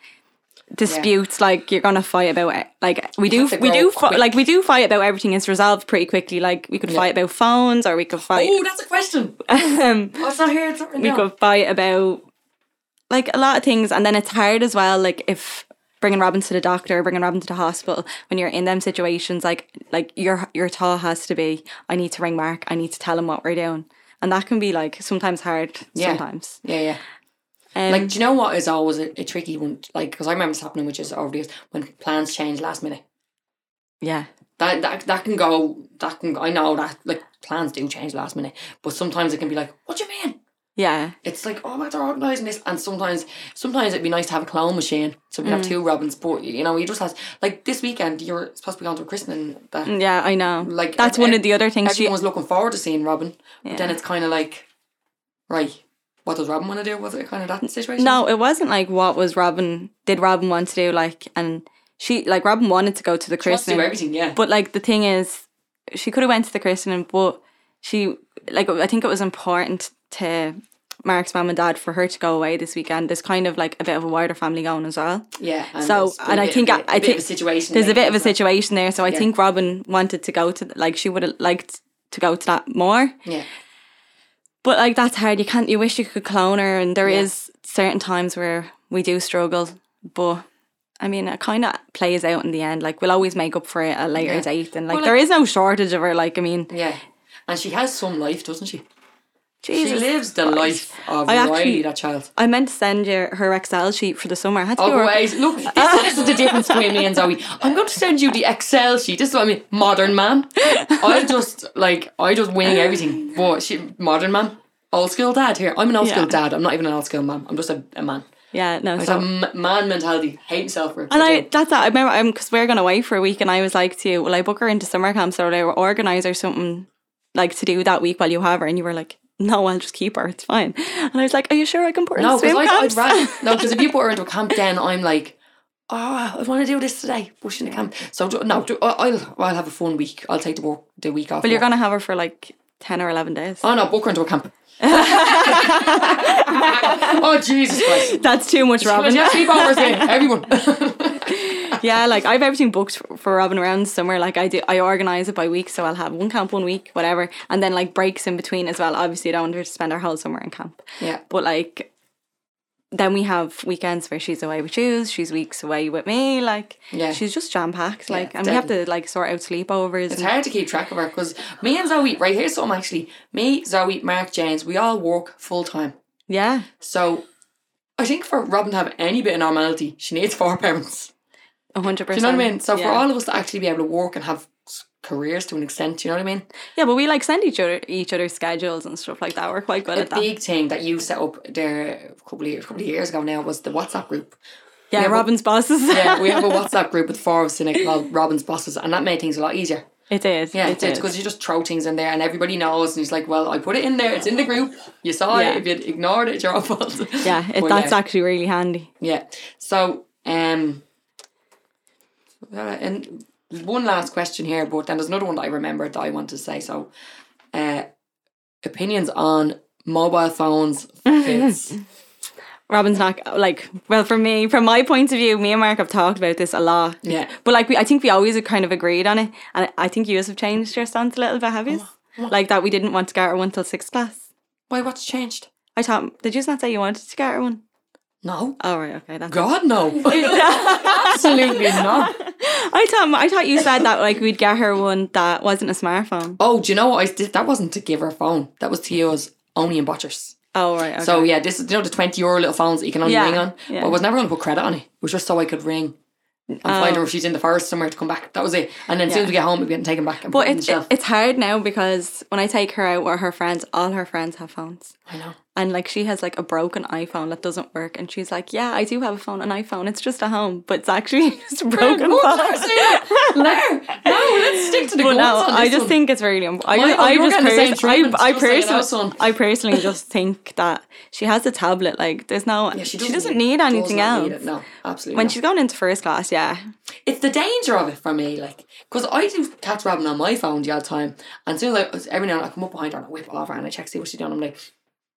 Speaker 2: disputes. Like you're gonna fight about it. Like we do,
Speaker 1: have to
Speaker 2: we
Speaker 1: grow
Speaker 2: do, fi-
Speaker 1: quick.
Speaker 2: like we do fight about everything. It's resolved pretty quickly. Like we could fight about phones, or we could fight,
Speaker 1: Oh, that's a question. Um, oh, it's not here. It's not right
Speaker 2: we
Speaker 1: now.
Speaker 2: could fight about like a lot of things. And then it's hard as well. Like if bringing Robin to the doctor, bringing Robin to the hospital, when you're in them situations, like like your your thought has to be, I need to ring Mark. I need to tell him what we're doing. And that can be like sometimes hard. Sometimes.
Speaker 1: Yeah, yeah.
Speaker 2: Um,
Speaker 1: like, do you know what is always a, a tricky one? Like, because I remember this happening, which is over the years when plans change last minute.
Speaker 2: yeah,
Speaker 1: That that that can go. That can. I know that like plans do change last minute, but sometimes it can be like, what do you mean?
Speaker 2: yeah,
Speaker 1: It's like, oh, man, they're organising this, and sometimes, sometimes it'd be nice to have a clone machine, so we have two Robins. But you know, you just have like this weekend, you're supposed to be going to a christening. That
Speaker 2: yeah. I know.
Speaker 1: like
Speaker 2: That's
Speaker 1: ev-
Speaker 2: one
Speaker 1: ev-
Speaker 2: of the other things. She,
Speaker 1: Everyone was looking forward to seeing Robin, but then
Speaker 2: Yeah.
Speaker 1: it's kind of like, right, what does Robin want to do? Was it kind of that situation?
Speaker 2: no, it wasn't like what was Robin? Did Robin want to do like? And she like Robin wanted to go to the
Speaker 1: she wants to do
Speaker 2: christening,
Speaker 1: everything. Yeah,
Speaker 2: but like the thing is, she could have went to the christening, but she like I think it was important to Mark's mum and dad for her to go away this weekend. There's kind of like a bit of a wider family going as well.
Speaker 1: yeah. And
Speaker 2: So,
Speaker 1: there's been
Speaker 2: and
Speaker 1: a
Speaker 2: I
Speaker 1: bit-
Speaker 2: think
Speaker 1: a
Speaker 2: I-
Speaker 1: bit-
Speaker 2: I
Speaker 1: a bit
Speaker 2: think
Speaker 1: of a situation.
Speaker 2: There's a
Speaker 1: like
Speaker 2: bit of a
Speaker 1: that.
Speaker 2: situation there, so I
Speaker 1: Yeah.
Speaker 2: think Robin wanted to go to like she would have liked to go to that more.
Speaker 1: Yeah,
Speaker 2: But like that's hard. You can't. You wish you could clone her, and there is
Speaker 1: Yeah.
Speaker 2: certain times where we do struggle. But I mean, it kind of plays out in the end. Like we'll always make up for it at a later
Speaker 1: Yeah.
Speaker 2: date, and like
Speaker 1: Well,
Speaker 2: there is no shortage of her. Like I mean,
Speaker 1: yeah. And she has some life, doesn't she?
Speaker 2: Jesus.
Speaker 1: she lives the life of
Speaker 2: I
Speaker 1: Riley,
Speaker 2: actually-
Speaker 1: that child.
Speaker 2: I meant to send you her Excel sheet for the summer. I had to
Speaker 1: Oh,
Speaker 2: do her-
Speaker 1: wait, look, this, this is the difference between me and Zoe. I'm going to send you the Excel sheet. This is what I mean, modern man. I just, like, I just wing everything. But she, modern man, old school dad here. I'm an old school
Speaker 2: Yeah.
Speaker 1: dad. I'm not even an old school mom. I'm just a, a man.
Speaker 2: Yeah, no.
Speaker 1: It's
Speaker 2: so
Speaker 1: a m- man mentality. Hate myself for it.
Speaker 2: And I that's that. I remember I'm because we are going away for a week, and I was like to you, "Will I book her into summer camp so they were organise or something like to do that week while you have her?" And you were like, "No, I'll just keep her. It's fine." And I was like, "Are you sure I can put her
Speaker 1: No,
Speaker 2: into swim
Speaker 1: because I'd
Speaker 2: camps?"
Speaker 1: rather, no, because if you put her into a camp, then I'm like, oh, I want to do this today. Push in the camp. So do, no, do, I- I'll I'll have a fun week. I'll take the work the week off.
Speaker 2: Well, you're
Speaker 1: work.
Speaker 2: gonna have her for like ten or eleven days.
Speaker 1: Oh no, book her into a camp. oh Jesus Christ!
Speaker 2: That's too much, Robin.
Speaker 1: Yeah, sleepovers, man, everyone.
Speaker 2: yeah, like I've everything booked for, for Robin around the summer. Like I do, I organise it by week, so I'll have one camp one week, whatever, and then like breaks in between as well. Obviously, I don't want her to spend her whole summer in camp.
Speaker 1: yeah,
Speaker 2: But like, then we have weekends where she's away with Jews, she's weeks away with me. Like,
Speaker 1: Yeah.
Speaker 2: she's just jam packed. Like, and we have to like sort out sleepovers.
Speaker 1: it's
Speaker 2: and-
Speaker 1: hard to keep track of her because me and Zoe. Right here's something actually. Me, Zoe, Mark, James, we all work full time.
Speaker 2: yeah,
Speaker 1: So I think for Robin to have any bit of normality, she needs four parents.
Speaker 2: a hundred
Speaker 1: Do you
Speaker 2: percent.
Speaker 1: know what I mean? So
Speaker 2: yeah.
Speaker 1: for all of us to actually be able to work and have s- careers to an extent, do you know what I mean?
Speaker 2: yeah, but we like send each other each other schedules and stuff like that. We're quite good
Speaker 1: The
Speaker 2: at that.
Speaker 1: big thing that you set up there a couple of, years, a couple of years ago now was the WhatsApp group.
Speaker 2: Yeah,
Speaker 1: yeah, but-
Speaker 2: Robin's bosses.
Speaker 1: Yeah, we have a WhatsApp group with four of us in it called Robin's Bosses, and that made things a lot easier.
Speaker 2: it is.
Speaker 1: Yeah, it's
Speaker 2: it is.
Speaker 1: because you just throw things in there and everybody knows, and he's like, "Well, I put it in there. It's in the group. You saw
Speaker 2: Yeah.
Speaker 1: it. If you ignored it, it's your own fault."
Speaker 2: Yeah, it,
Speaker 1: But
Speaker 2: that's
Speaker 1: yeah,
Speaker 2: actually really handy.
Speaker 1: yeah. So, um, uh, and one last question here, but then there's another one that I remembered that I wanted to say. So, uh, opinions on mobile phones for kids.
Speaker 2: Robin's not like well for me from my point of view. Me and Mark have talked about this a lot.
Speaker 1: yeah.
Speaker 2: But like we, I think we always kind of agreed on it, and I think you have changed your stance a little bit, have you? Like that we didn't want to get her one till sixth class.
Speaker 1: Why? What's changed?
Speaker 2: I thought, did you not say you wanted to get her one?
Speaker 1: No.
Speaker 2: Oh right, okay. That's
Speaker 1: God, no. Absolutely not.
Speaker 2: I thought I thought you said that like we'd get her one that wasn't a smartphone.
Speaker 1: Oh, do you know what I did? That wasn't to give her a phone. That was to use only in Butchers.
Speaker 2: Oh right, okay.
Speaker 1: So yeah, this is you know the twenty euro little phones that you can only
Speaker 2: Yeah,
Speaker 1: ring on.
Speaker 2: yeah.
Speaker 1: But I was never going to put credit on it. It was just so I could ring and
Speaker 2: Oh.
Speaker 1: find her if she's in the forest somewhere to come back. That was it. And then as soon as we get home, we get taken back and put
Speaker 2: but
Speaker 1: it in the
Speaker 2: it's
Speaker 1: shelf.
Speaker 2: it's hard now because when I take her out with her friends, all her friends have phones.
Speaker 1: I know.
Speaker 2: And like she has like a broken iPhone that doesn't work, and she's like, "Yeah, I do have a phone, an iPhone. It's just a home, but it's actually just a broken
Speaker 1: What?
Speaker 2: phone."
Speaker 1: No, no, let's stick to the
Speaker 2: But
Speaker 1: goals
Speaker 2: no,
Speaker 1: on
Speaker 2: I
Speaker 1: this
Speaker 2: just
Speaker 1: one.
Speaker 2: think it's really important. I,
Speaker 1: Michael,
Speaker 2: I
Speaker 1: you're
Speaker 2: just
Speaker 1: getting the same treatment,
Speaker 2: pers- I, I,
Speaker 1: just saying us on.
Speaker 2: personally, I personally just think that she has a tablet. Like, there's no,
Speaker 1: Yeah,
Speaker 2: she, doesn't need,
Speaker 1: it. Does
Speaker 2: anything
Speaker 1: not
Speaker 2: else.
Speaker 1: need it. No, absolutely.
Speaker 2: When
Speaker 1: not.
Speaker 2: she's going into first class, yeah,
Speaker 1: it's the danger of it for me, like, because I do catch Robin on my phone the odd time, and soon as I, every now and then I come up behind her and I whip over and I check see what she's doing. I'm like,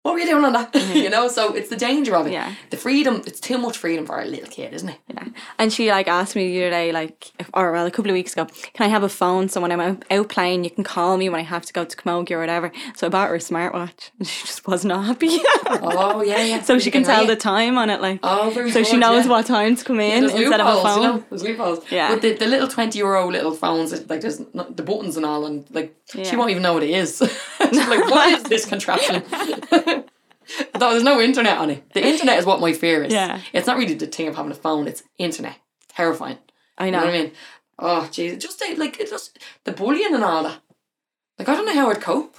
Speaker 1: what were you doing on that? you know, so it's the danger of it.
Speaker 2: Mm-hmm. Yeah.
Speaker 1: The freedom, it's too much freedom for a little kid, isn't it?
Speaker 2: yeah. And she like asked me the other day, like, if- or well, a couple of weeks ago, can I have a phone? So when I'm out, out playing, you can call me when I have to go to Camogie or whatever. So I bought her a smartwatch, and she just was not happy.
Speaker 1: Oh yeah, yeah.
Speaker 2: so she can tell
Speaker 1: ring
Speaker 2: the
Speaker 1: it.
Speaker 2: time on it, like,
Speaker 1: Oh, very
Speaker 2: so she
Speaker 1: good,
Speaker 2: knows
Speaker 1: yeah.
Speaker 2: what time to come in
Speaker 1: There's
Speaker 2: instead of a
Speaker 1: loopholes,
Speaker 2: phone.
Speaker 1: You know? There's loopholes.
Speaker 2: Yeah.
Speaker 1: But the, the little twenty euro little phones, it's like there's not, the buttons and all, and like
Speaker 2: Yeah.
Speaker 1: she won't even know what it is. She's like, what is this contraption? Though there's no internet on it. The internet is what my fear is.
Speaker 2: Yeah.
Speaker 1: It's not really the thing of having a phone, it's internet. Terrifying.
Speaker 2: I
Speaker 1: You
Speaker 2: know.
Speaker 1: know what I mean? Oh, Jesus. Just the- like, it's just the bullying and all that. Like, I don't know how I'd cope.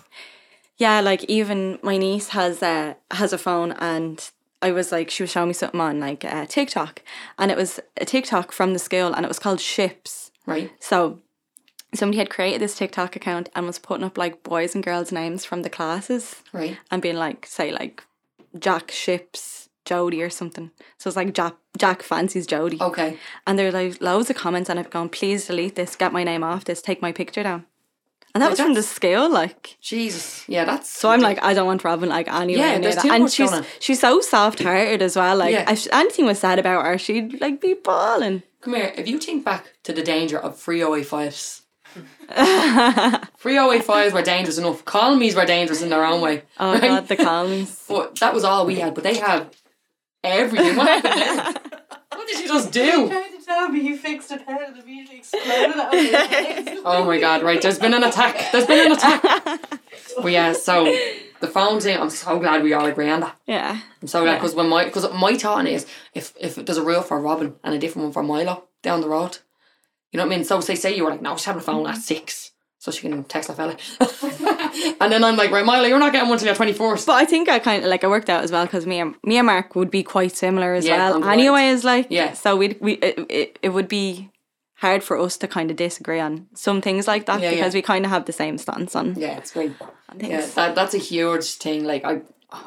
Speaker 2: Yeah, like even my niece has uh, has a phone, and I was like, she was showing me something on like uh, TikTok, and it was a TikTok from the school, and it was called Ships.
Speaker 1: Right?
Speaker 2: So somebody had created this TikTok account and was putting up like boys and girls' names from the classes,
Speaker 1: Right?
Speaker 2: and being like, say like Jack Ships. Jody or something. So it's like Jack, Jack fancies Jody.
Speaker 1: Okay.
Speaker 2: And there are like loads of comments and I've gone, please delete this, get my name off this, take my picture down. And that
Speaker 1: Like
Speaker 2: was from the scale, like
Speaker 1: Jesus. Yeah, that's.
Speaker 2: so I'm like, I don't want Robin like anywhere
Speaker 1: Yeah,
Speaker 2: near
Speaker 1: there's
Speaker 2: that.
Speaker 1: too
Speaker 2: And
Speaker 1: much
Speaker 2: she's
Speaker 1: going on.
Speaker 2: she's so soft hearted as well. Like
Speaker 1: Yeah.
Speaker 2: if sh- anything was said about her, she'd like be bawling.
Speaker 1: Come here. If you think back to the danger of free 085s, free 085s were dangerous enough. Colonies were dangerous in their own way.
Speaker 2: Oh
Speaker 1: right?
Speaker 2: god, the columns.
Speaker 1: But that was all we had. But they had everything. What, happened there? what did you just do?
Speaker 3: Trying to tell me you fixed a pen and immediately exploded out of your face.
Speaker 1: Oh my god! Right, there's been an attack. There's been an attack. But yeah, so the phone thing. I'm so glad we all agree on that.
Speaker 2: yeah.
Speaker 1: I'm so glad because when my because my thought on it is if if there's a rule for Robin and a different one for Milo down the road, you know what I mean. So say say you were like, no, she's having a phone at six. So she can text her fella, and then I'm like, right, Milo, you're not getting one till your twenty fourth.
Speaker 2: But I think I kind of like I worked out as well because me and me and Mark would be quite similar as
Speaker 1: Yeah,
Speaker 2: well.
Speaker 1: I'm
Speaker 2: Anyway, is like
Speaker 1: Yeah.
Speaker 2: So we'd, we it, it, it would be hard for us to kind of disagree on some things like that
Speaker 1: Yeah, yeah.
Speaker 2: because we kind of have the same stance on
Speaker 1: Yeah, it's great.
Speaker 2: things.
Speaker 1: Yeah, that, that's a huge thing. Like I,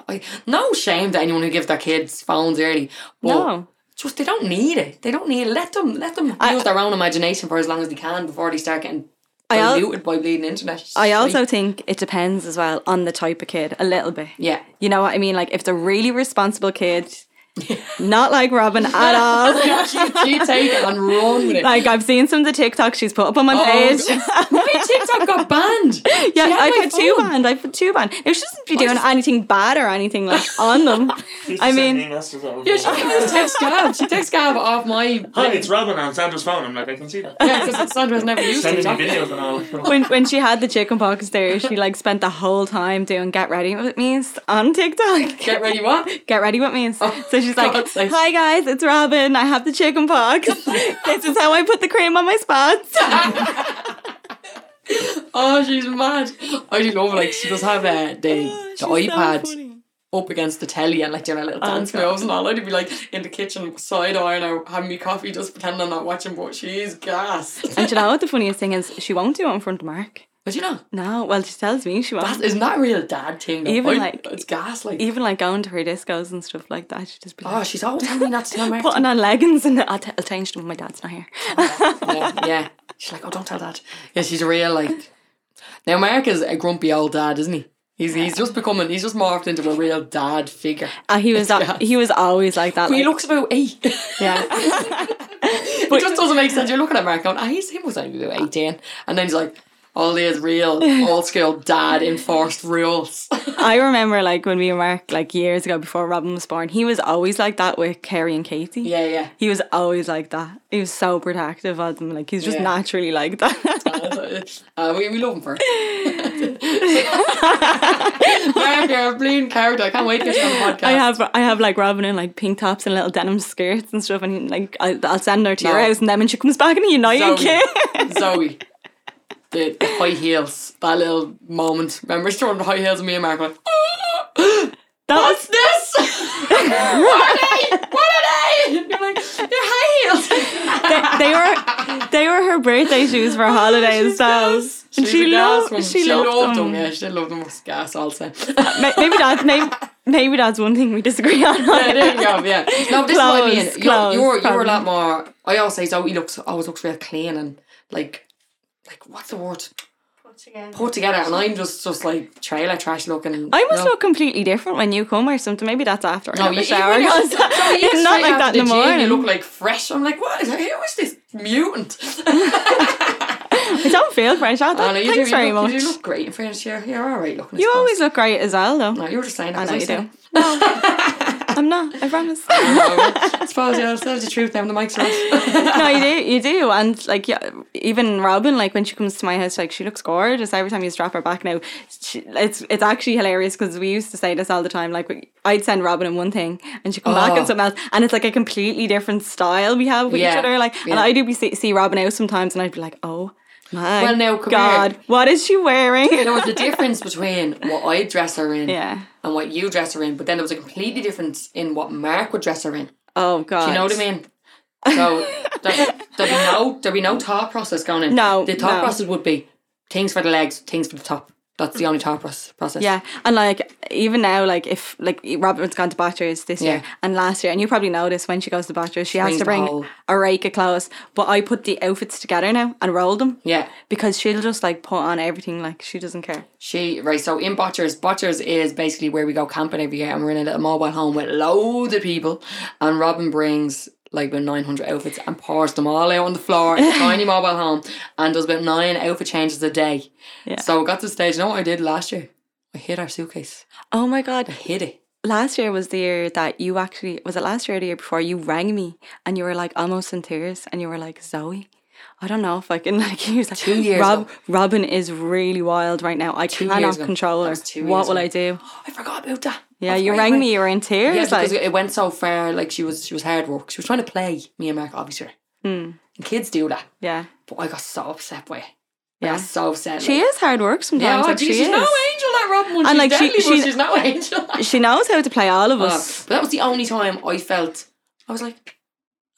Speaker 1: I no shame to anyone who gives their kids phones early. But
Speaker 2: No.
Speaker 1: just they don't need it. They don't need it. Let them let them use their own imagination for as long as they can before they start getting
Speaker 2: al-
Speaker 1: diluted by bleeding internet. Right?
Speaker 2: I also think it depends as well on the type of kid a little bit.
Speaker 1: yeah.
Speaker 2: You know what I mean? Like if they're really responsible kid, not like Robin at all.
Speaker 1: you take it and run with it.
Speaker 2: Like I've seen some of the TikToks she's put up on my
Speaker 1: Oh,
Speaker 2: page.
Speaker 1: God. my TikTok got banned.
Speaker 2: Yeah,
Speaker 1: She had
Speaker 2: I
Speaker 1: my
Speaker 2: put two
Speaker 1: phone.
Speaker 2: band. I put two band. It shouldn't be doing anything bad or anything like on them. I mean,
Speaker 1: Yeah, she just text Gab. She texts Gab off my.
Speaker 4: Hi, it's Robin on Sandra's phone. I'm like, I can see that.
Speaker 1: Yeah, because Sandra's never used
Speaker 4: Sending me
Speaker 1: TikTok.
Speaker 4: videos and all.
Speaker 2: when when she had the chicken pox there, she like spent the whole time doing get ready with me on TikTok.
Speaker 1: Get ready, what?
Speaker 2: get ready with me.
Speaker 1: Oh,
Speaker 2: so she's like,
Speaker 1: God's sake.
Speaker 2: "Hi guys, it's Robin. I have the chicken pox. this is how I put the cream on my spots."
Speaker 1: Oh, she's mad. I do love like she does have
Speaker 2: Oh,
Speaker 1: uh, the the iPad up against the telly and like doing her
Speaker 2: Oh,
Speaker 1: little dance moves and all. I'd be like in the kitchen side eyeing her, having me coffee, just pretending I'm not watching, but she's gas.
Speaker 2: and do you know what the funniest thing is? She won't do it in front of Mark.
Speaker 1: but you know,
Speaker 2: No, well, she tells me she
Speaker 1: that
Speaker 2: won't.
Speaker 1: is not a real dad thing. though.
Speaker 2: Even,
Speaker 1: I-
Speaker 2: like-
Speaker 1: it's gas. Like
Speaker 2: Even like going to her discos and stuff like that, she just be
Speaker 1: oh,
Speaker 2: like,
Speaker 1: she's always telling me not to tell Mark.
Speaker 2: putting on leggings and I'll, t- I'll change them when my dad's not here.
Speaker 1: yeah, yeah. She's like, oh, don't tell dad. Yeah, she's a real like. Now Mark is a grumpy old dad, isn't he? He's, he's just becoming. He's just morphed into a real dad figure.
Speaker 2: Uh, he was
Speaker 1: gas.
Speaker 2: that, he was always like that.
Speaker 1: He
Speaker 2: Like,
Speaker 1: looks about eight.
Speaker 2: yeah,
Speaker 1: it just doesn't make sense. You're looking at Mark going, ah, he's, he was only about 18. And then he's like, all these real old school dad enforced rules.
Speaker 2: I remember like when we and Mark like years ago before Robin was born, he was always like that with Carrie and Katie.
Speaker 1: yeah, yeah.
Speaker 2: He was always like that. He was so protective of them. Like he's just
Speaker 1: Yeah.
Speaker 2: naturally like that.
Speaker 1: Uh, we, we love him for it. Mark, you're a bleeding character. I can't wait to get you on the podcast.
Speaker 2: I have I have like Robin in like pink tops and little denim skirts and stuff, and like I, I'll send her to your
Speaker 1: No.
Speaker 2: house, and then when she comes back in a United
Speaker 1: Zoe.
Speaker 2: kid,
Speaker 1: Zoe. The, the high heels, that little moment. Remember, she wore the high heels and me and Mark went,
Speaker 2: that
Speaker 1: What's
Speaker 2: was
Speaker 1: this? what are they? What are they? You're like, they're high heels.
Speaker 2: they, they were they were her birthday shoes
Speaker 1: Oh,
Speaker 2: for holidays, so
Speaker 1: gas.
Speaker 2: and
Speaker 1: She's a
Speaker 2: she
Speaker 1: gas
Speaker 2: loved
Speaker 1: woman.
Speaker 2: she, loved, them.
Speaker 1: Yeah, she loved them with gas also.
Speaker 2: Ma- Maybe that's maybe, maybe that's one thing we disagree on.
Speaker 1: Yeah, there you go, yeah. No, this is what I mean.
Speaker 2: Clothes,
Speaker 1: You're,
Speaker 2: clothes,
Speaker 1: you're, you're a
Speaker 2: probably.
Speaker 1: lot more. I always say Zoe looks always looks real clean and like, like what's the word?
Speaker 3: Once again.
Speaker 1: Put together, and I'm just just like trailer trash looking.
Speaker 2: I must
Speaker 1: no.
Speaker 2: look completely different when you come or something. Maybe that's after I have a
Speaker 1: you-
Speaker 2: shower.
Speaker 1: even if-
Speaker 2: 'cause
Speaker 1: Zoe, you
Speaker 2: it's not
Speaker 1: straight out
Speaker 2: like that in the
Speaker 1: gym,
Speaker 2: morning.
Speaker 1: You look like fresh. I'm like, what? Who is this mutant?
Speaker 2: I Don't feel pressure. Don't-
Speaker 1: Anna, you
Speaker 2: Thanks
Speaker 1: do, you
Speaker 2: very
Speaker 1: look,
Speaker 2: much.
Speaker 1: You do
Speaker 2: You,
Speaker 1: look great in fairness. You're, you're all right looking. I suppose.
Speaker 2: always look great as well, though.
Speaker 1: No, you're just saying that.
Speaker 2: I
Speaker 1: 'cause
Speaker 2: know you
Speaker 1: said
Speaker 2: do. I'm not. I promise.
Speaker 1: it. I suppose yeah, that's the truth. Then the mic's off.
Speaker 2: no, you do. You do. And like, yeah, even Robin, like when she comes to my house, like she looks gorgeous. Every time you strap her back now, she, it's it's actually hilarious because we used to say this all the time. Like we- I'd send Robin in one thing, and she'd come back
Speaker 1: Oh.
Speaker 2: in something else, and it's like a completely different style we have with each
Speaker 1: Yeah,
Speaker 2: other. Like, and
Speaker 1: yeah.
Speaker 2: I do be see, see Robin out sometimes, and I'd be like, oh my
Speaker 1: Well, now, come
Speaker 2: god,
Speaker 1: here.
Speaker 2: what is she wearing?
Speaker 1: there was a difference between what I dress her in
Speaker 2: Yeah.
Speaker 1: and what you dress her in, but then there was a completely difference in what Mark would dress her in.
Speaker 2: oh god,
Speaker 1: Do you know what I mean? So there, there'd be no there'd be no thought process going in.
Speaker 2: No,
Speaker 1: the thought
Speaker 2: no.
Speaker 1: process would be things for the legs, things for the top. That's the only thought proce- process.
Speaker 2: Yeah, and like even now, like if like Robin's gone to Bachelor's this year
Speaker 1: Yeah.
Speaker 2: and last year, and you probably noticed when she goes to Bachelor's, she has
Speaker 1: brings
Speaker 2: to
Speaker 1: the
Speaker 2: bring
Speaker 1: whole-
Speaker 2: a rake of clothes. But I put the outfits together now and roll them.
Speaker 1: Yeah.
Speaker 2: because she'll just like put on everything. Like she doesn't care.
Speaker 1: She right. So in Butchers, Butchers is basically where we go camping every year, and we're in a little mobile home with loads of people. And Robin brings like about nine hundred outfits and pours them all out on the floor in a tiny mobile home, and does about nine outfit changes a day.
Speaker 2: Yeah.
Speaker 1: So it got to the stage. You know what I did last year? I hid our suitcase.
Speaker 2: Oh my god!
Speaker 1: Hid it.
Speaker 2: Last year was the year that you actually was it last year or the year before you rang me and you were like almost in tears and you were like Zoe. I don't know if I can like use that. Two
Speaker 1: years
Speaker 2: Rob,
Speaker 1: ago.
Speaker 2: Robin is really wild right now. I
Speaker 1: years
Speaker 2: cannot
Speaker 1: ago.
Speaker 2: control
Speaker 1: That
Speaker 2: her.
Speaker 1: was two
Speaker 2: What
Speaker 1: years
Speaker 2: will
Speaker 1: ago.
Speaker 2: I do?
Speaker 1: Oh, I forgot about that.
Speaker 2: Yeah,
Speaker 1: That's
Speaker 2: you
Speaker 1: right,
Speaker 2: rang
Speaker 1: right.
Speaker 2: me. You were in tears.
Speaker 1: Yeah, because
Speaker 2: like,
Speaker 1: it went so far. Like she was, she was hard work. She was trying to play me and Mark, obviously.
Speaker 2: Hmm.
Speaker 1: And kids do that.
Speaker 2: yeah.
Speaker 1: But I got so upset by it. I
Speaker 2: Yeah.
Speaker 1: got so upset.
Speaker 2: She
Speaker 1: like-
Speaker 2: is hard work
Speaker 1: Yeah,
Speaker 2: sometimes.
Speaker 1: oh,
Speaker 2: like
Speaker 1: geez,
Speaker 2: she
Speaker 1: she's
Speaker 2: is.
Speaker 1: no angel, that Robin. One.
Speaker 2: And,
Speaker 1: she's
Speaker 2: like, she-
Speaker 1: deadly, but
Speaker 2: she's-
Speaker 1: she's no angel.
Speaker 2: she knows how to play all of
Speaker 1: Uh,
Speaker 2: us.
Speaker 1: but that was the only time I felt I was like,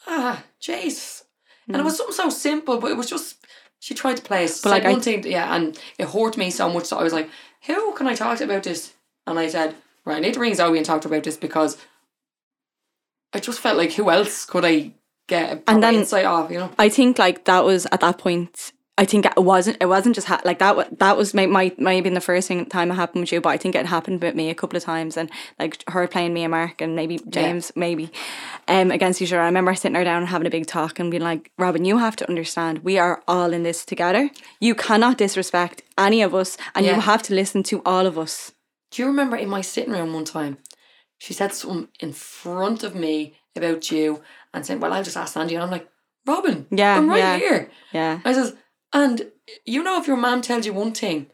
Speaker 1: ah, Jesus. And
Speaker 2: Hmm.
Speaker 1: it was something so simple, but it was just she tried to play us. But
Speaker 2: like,
Speaker 1: like
Speaker 2: I-
Speaker 1: one thing, yeah, and it hurt me so much that I was like, who can I talk to about this? And I said, right, I need to ring Zoe and talk to her about this because I just felt like who else could I get a proper
Speaker 2: then-
Speaker 1: insight off, you know?
Speaker 2: I think like that was at that point. I think it wasn't. It wasn't just ha- like that. wa- That was my, my maybe the first thing time it happened with you, but I think it happened with me a couple of times, and like her playing me and Mark, and maybe James, maybe, um, against each other. I remember sitting her down and having a big talk and being like, "Robin, you have to understand, we are all in this together. You cannot disrespect any of us, and you
Speaker 1: Yeah.
Speaker 2: have to listen to all of us."
Speaker 1: Do you remember in my sitting room one time, she said something in front of me about you and said, Well, I'll just ask Sandy. And I'm like, Robin,
Speaker 2: Yeah,
Speaker 1: I'm right
Speaker 2: yeah.
Speaker 1: here.
Speaker 2: Yeah,
Speaker 1: I says, And you know, if your mom tells you one thing,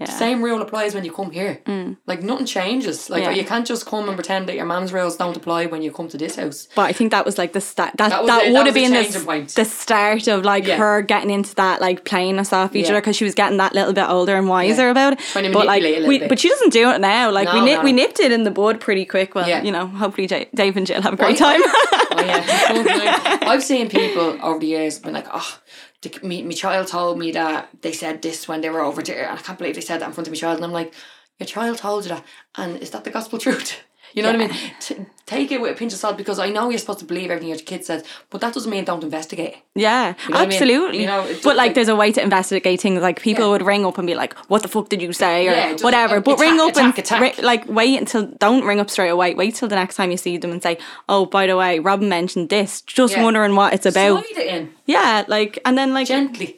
Speaker 1: the
Speaker 2: Yeah. Mm.
Speaker 1: same rule applies when you come here. Like, nothing changes. Like,
Speaker 2: Yeah.
Speaker 1: you can't just come and pretend that your mom's rules don't apply when you come to this house.
Speaker 2: But I think that was like the start. That
Speaker 1: That
Speaker 2: that,
Speaker 1: was it, that
Speaker 2: would have
Speaker 1: was the
Speaker 2: been the,
Speaker 1: changing point.
Speaker 2: s- the start of like
Speaker 1: Yeah.
Speaker 2: her getting into that like playing us off each
Speaker 1: Yeah.
Speaker 2: other because she was getting that little bit older and wiser
Speaker 1: Yeah.
Speaker 2: about it.
Speaker 1: Trying to
Speaker 2: but like
Speaker 1: manipulate a little
Speaker 2: we,
Speaker 1: bit.
Speaker 2: but she doesn't do it now. Like we
Speaker 1: No,
Speaker 2: ni-
Speaker 1: no.
Speaker 2: we nipped it in the bud pretty quick. Well,
Speaker 1: Yeah.
Speaker 2: you know, hopefully J- Dave and Jill have a
Speaker 1: Well,
Speaker 2: great
Speaker 1: I-
Speaker 2: time.
Speaker 1: oh, yeah. I've seen people over the years been like, oh, the, me, my child told me that they said this when they were over there, and I can't believe they said that in front of my child. And I'm like, your child told you that, and is that the gospel truth? You know what I mean? T- take it with a pinch of salt because I know you're supposed to believe everything your kid says, but that doesn't mean don't investigate. it.
Speaker 2: yeah,
Speaker 1: know what I mean?
Speaker 2: absolutely.
Speaker 1: You know, it's
Speaker 2: but
Speaker 1: just
Speaker 2: like,
Speaker 1: like-
Speaker 2: there's a way to investigate things. Like people
Speaker 1: Yeah.
Speaker 2: would ring up and be like, "What the fuck did you say?" or
Speaker 1: Yeah, just,
Speaker 2: whatever.
Speaker 1: uh,
Speaker 2: But ring
Speaker 1: attack,
Speaker 2: up and
Speaker 1: attack, attack.
Speaker 2: ri- like wait until don't ring up straight away. Wait till the next time you see them and say, "Oh, by the way, Robin mentioned this. Just
Speaker 1: Yeah.
Speaker 2: wondering what it's about."
Speaker 1: Slide it in
Speaker 2: Yeah, like, and then like,
Speaker 1: gently.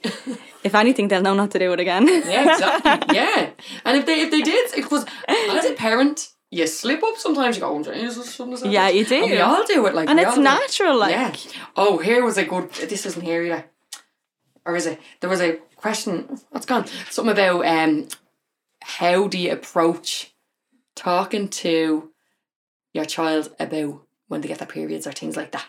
Speaker 2: if anything, they'll know not to do it again.
Speaker 1: yeah, exactly. Yeah, and if they if they did, because as a parent, you slip up sometimes. You go, oh, Jesus, something like
Speaker 2: Yeah,
Speaker 1: this."
Speaker 2: you do.
Speaker 1: And we all do it, like,
Speaker 2: and
Speaker 1: we
Speaker 2: it's
Speaker 1: all do it.
Speaker 2: natural, like,
Speaker 1: yeah. Oh, here was a good. This isn't here either. Or is it? There was a question. What's gone? Something about um, how do you approach talking to your child about when they get their periods or things like that.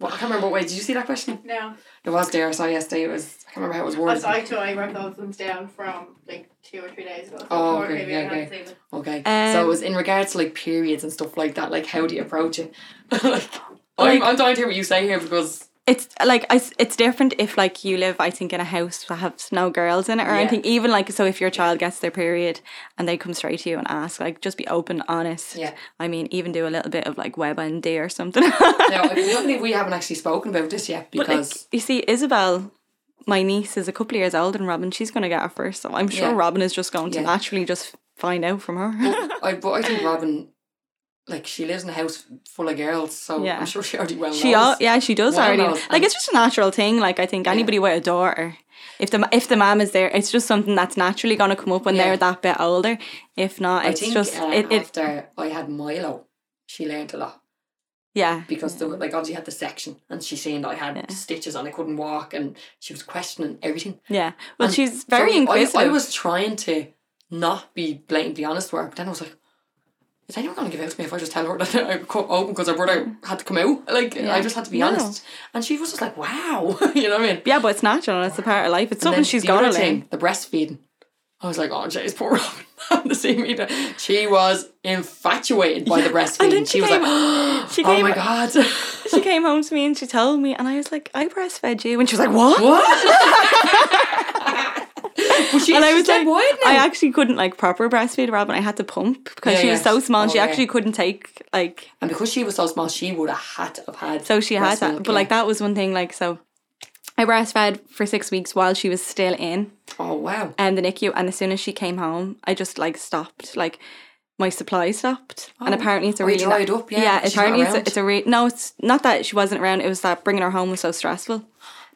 Speaker 1: Well, I can't remember. Wait, did you see that question?
Speaker 3: No.
Speaker 1: It was there. I saw it yesterday. It was. I can't remember how it was
Speaker 3: I
Speaker 1: worded.
Speaker 3: saw actually I wrote those ones down from like two or three days ago. So
Speaker 1: Oh,
Speaker 3: or
Speaker 1: okay,
Speaker 3: maybe
Speaker 1: yeah,
Speaker 3: I haven't
Speaker 1: okay.
Speaker 3: seen them.
Speaker 1: Okay. so
Speaker 2: Um,
Speaker 1: it was in regards to like periods and stuff like that. Like, how do you approach it? like,
Speaker 2: Like-
Speaker 1: I'm, I'm dying to hear what you say here because
Speaker 2: it's like I s it's different if like you live, I think, in a house that has no girls in it or
Speaker 1: Yeah.
Speaker 2: anything. Even like, so if your child gets their period and they come straight to you and ask, like, just be open, honest.
Speaker 1: Yeah.
Speaker 2: I mean, even do a little bit of like WebMD or something.
Speaker 1: No, I don't think we haven't actually spoken about this yet
Speaker 2: But, like,
Speaker 1: because
Speaker 2: you see, Isabel, my niece, is a couple of years older than Robin. She's going to get her first, so I'm sure
Speaker 1: Yeah.
Speaker 2: Robin is just going to
Speaker 1: Yeah.
Speaker 2: naturally just find out from her.
Speaker 1: I, but I think Robin like she lives in a house full of girls, so
Speaker 2: Yeah.
Speaker 1: I'm sure she already well
Speaker 2: She
Speaker 1: knows.
Speaker 2: al- yeah, she does
Speaker 1: Well
Speaker 2: already.
Speaker 1: knows,
Speaker 2: Like
Speaker 1: and-
Speaker 2: it's just a natural thing. Like I think anybody with a daughter, if the ma- if the mom is there, it's just something that's naturally going to come up when
Speaker 1: Yeah.
Speaker 2: they're that bit older. If not,
Speaker 1: I
Speaker 2: it's
Speaker 1: think
Speaker 2: just
Speaker 1: uh,
Speaker 2: it, it.
Speaker 1: after I had Milo, she learned a lot
Speaker 2: Yeah,
Speaker 1: because there were, like obviously had the section, and she seen that I had
Speaker 2: Yeah.
Speaker 1: stitches and I couldn't walk, and she was questioning everything.
Speaker 2: yeah. Well,
Speaker 1: And
Speaker 2: she's
Speaker 1: um, So
Speaker 2: very
Speaker 1: I-
Speaker 2: inquisitive.
Speaker 1: I, was trying to not be blatantly honest with her, but then I was like. Is anyone going to give out to me if I just tell her that I cut open because her brother had to come out? Like, I
Speaker 2: Yeah.
Speaker 1: just had to be
Speaker 2: No.
Speaker 1: honest. And she was just like, wow. you know what I mean?
Speaker 2: yeah, but it's natural. and It's a part of life. It's
Speaker 1: And
Speaker 2: something
Speaker 1: then
Speaker 2: she's
Speaker 1: the
Speaker 2: got eh? to
Speaker 1: other
Speaker 2: learn.
Speaker 1: thing, The breastfeeding. I was like, oh, jeez, poor Robin. the same either. She was infatuated by the
Speaker 2: Yeah,
Speaker 1: breastfeeding.
Speaker 2: and then
Speaker 1: she,
Speaker 2: she
Speaker 1: was
Speaker 2: came-
Speaker 1: like,
Speaker 2: she
Speaker 1: oh
Speaker 2: came-
Speaker 1: my God.
Speaker 2: She came home to me and she told me, and I was like, I breastfed you, and she was like, what?
Speaker 1: what? But she,
Speaker 2: And I was
Speaker 1: dead
Speaker 2: like,
Speaker 1: wide now.
Speaker 2: I actually couldn't like proper breastfeed Robin. I had to pump because
Speaker 1: Yeah,
Speaker 2: she was
Speaker 1: yeah.
Speaker 2: so small.
Speaker 1: Oh,
Speaker 2: she
Speaker 1: yeah.
Speaker 2: actually couldn't take like
Speaker 1: and because she was so small, she would have had to have had.
Speaker 2: So she had
Speaker 1: breast
Speaker 2: that.
Speaker 1: milk,
Speaker 2: But
Speaker 1: yeah.
Speaker 2: like that was one thing, like so I breastfed for six weeks while she was still in
Speaker 1: Oh, wow.
Speaker 2: um the NICU and as soon as she came home, I just like stopped. Like my supply stopped. and
Speaker 1: Oh.
Speaker 2: apparently it's a
Speaker 1: Or you
Speaker 2: really
Speaker 1: dried up, yeah, she's not
Speaker 2: apparently it's a,
Speaker 1: around.
Speaker 2: it's a re- no, it's not that she wasn't around, it was that bringing her home was so stressful.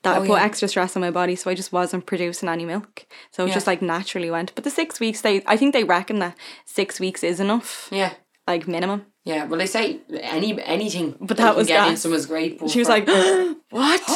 Speaker 2: That
Speaker 1: Oh,
Speaker 2: it put
Speaker 1: yeah.
Speaker 2: extra stress on my body, so I just wasn't producing any milk. So it
Speaker 1: Yeah.
Speaker 2: just like naturally went. But the six weeks, they I think they reckon that six weeks is enough,
Speaker 1: Yeah.
Speaker 2: like minimum.
Speaker 1: Yeah. Well, they say any anything. But
Speaker 2: that was
Speaker 1: getting
Speaker 2: that.
Speaker 1: someone's great. but
Speaker 2: She was
Speaker 1: for-
Speaker 2: like, "What?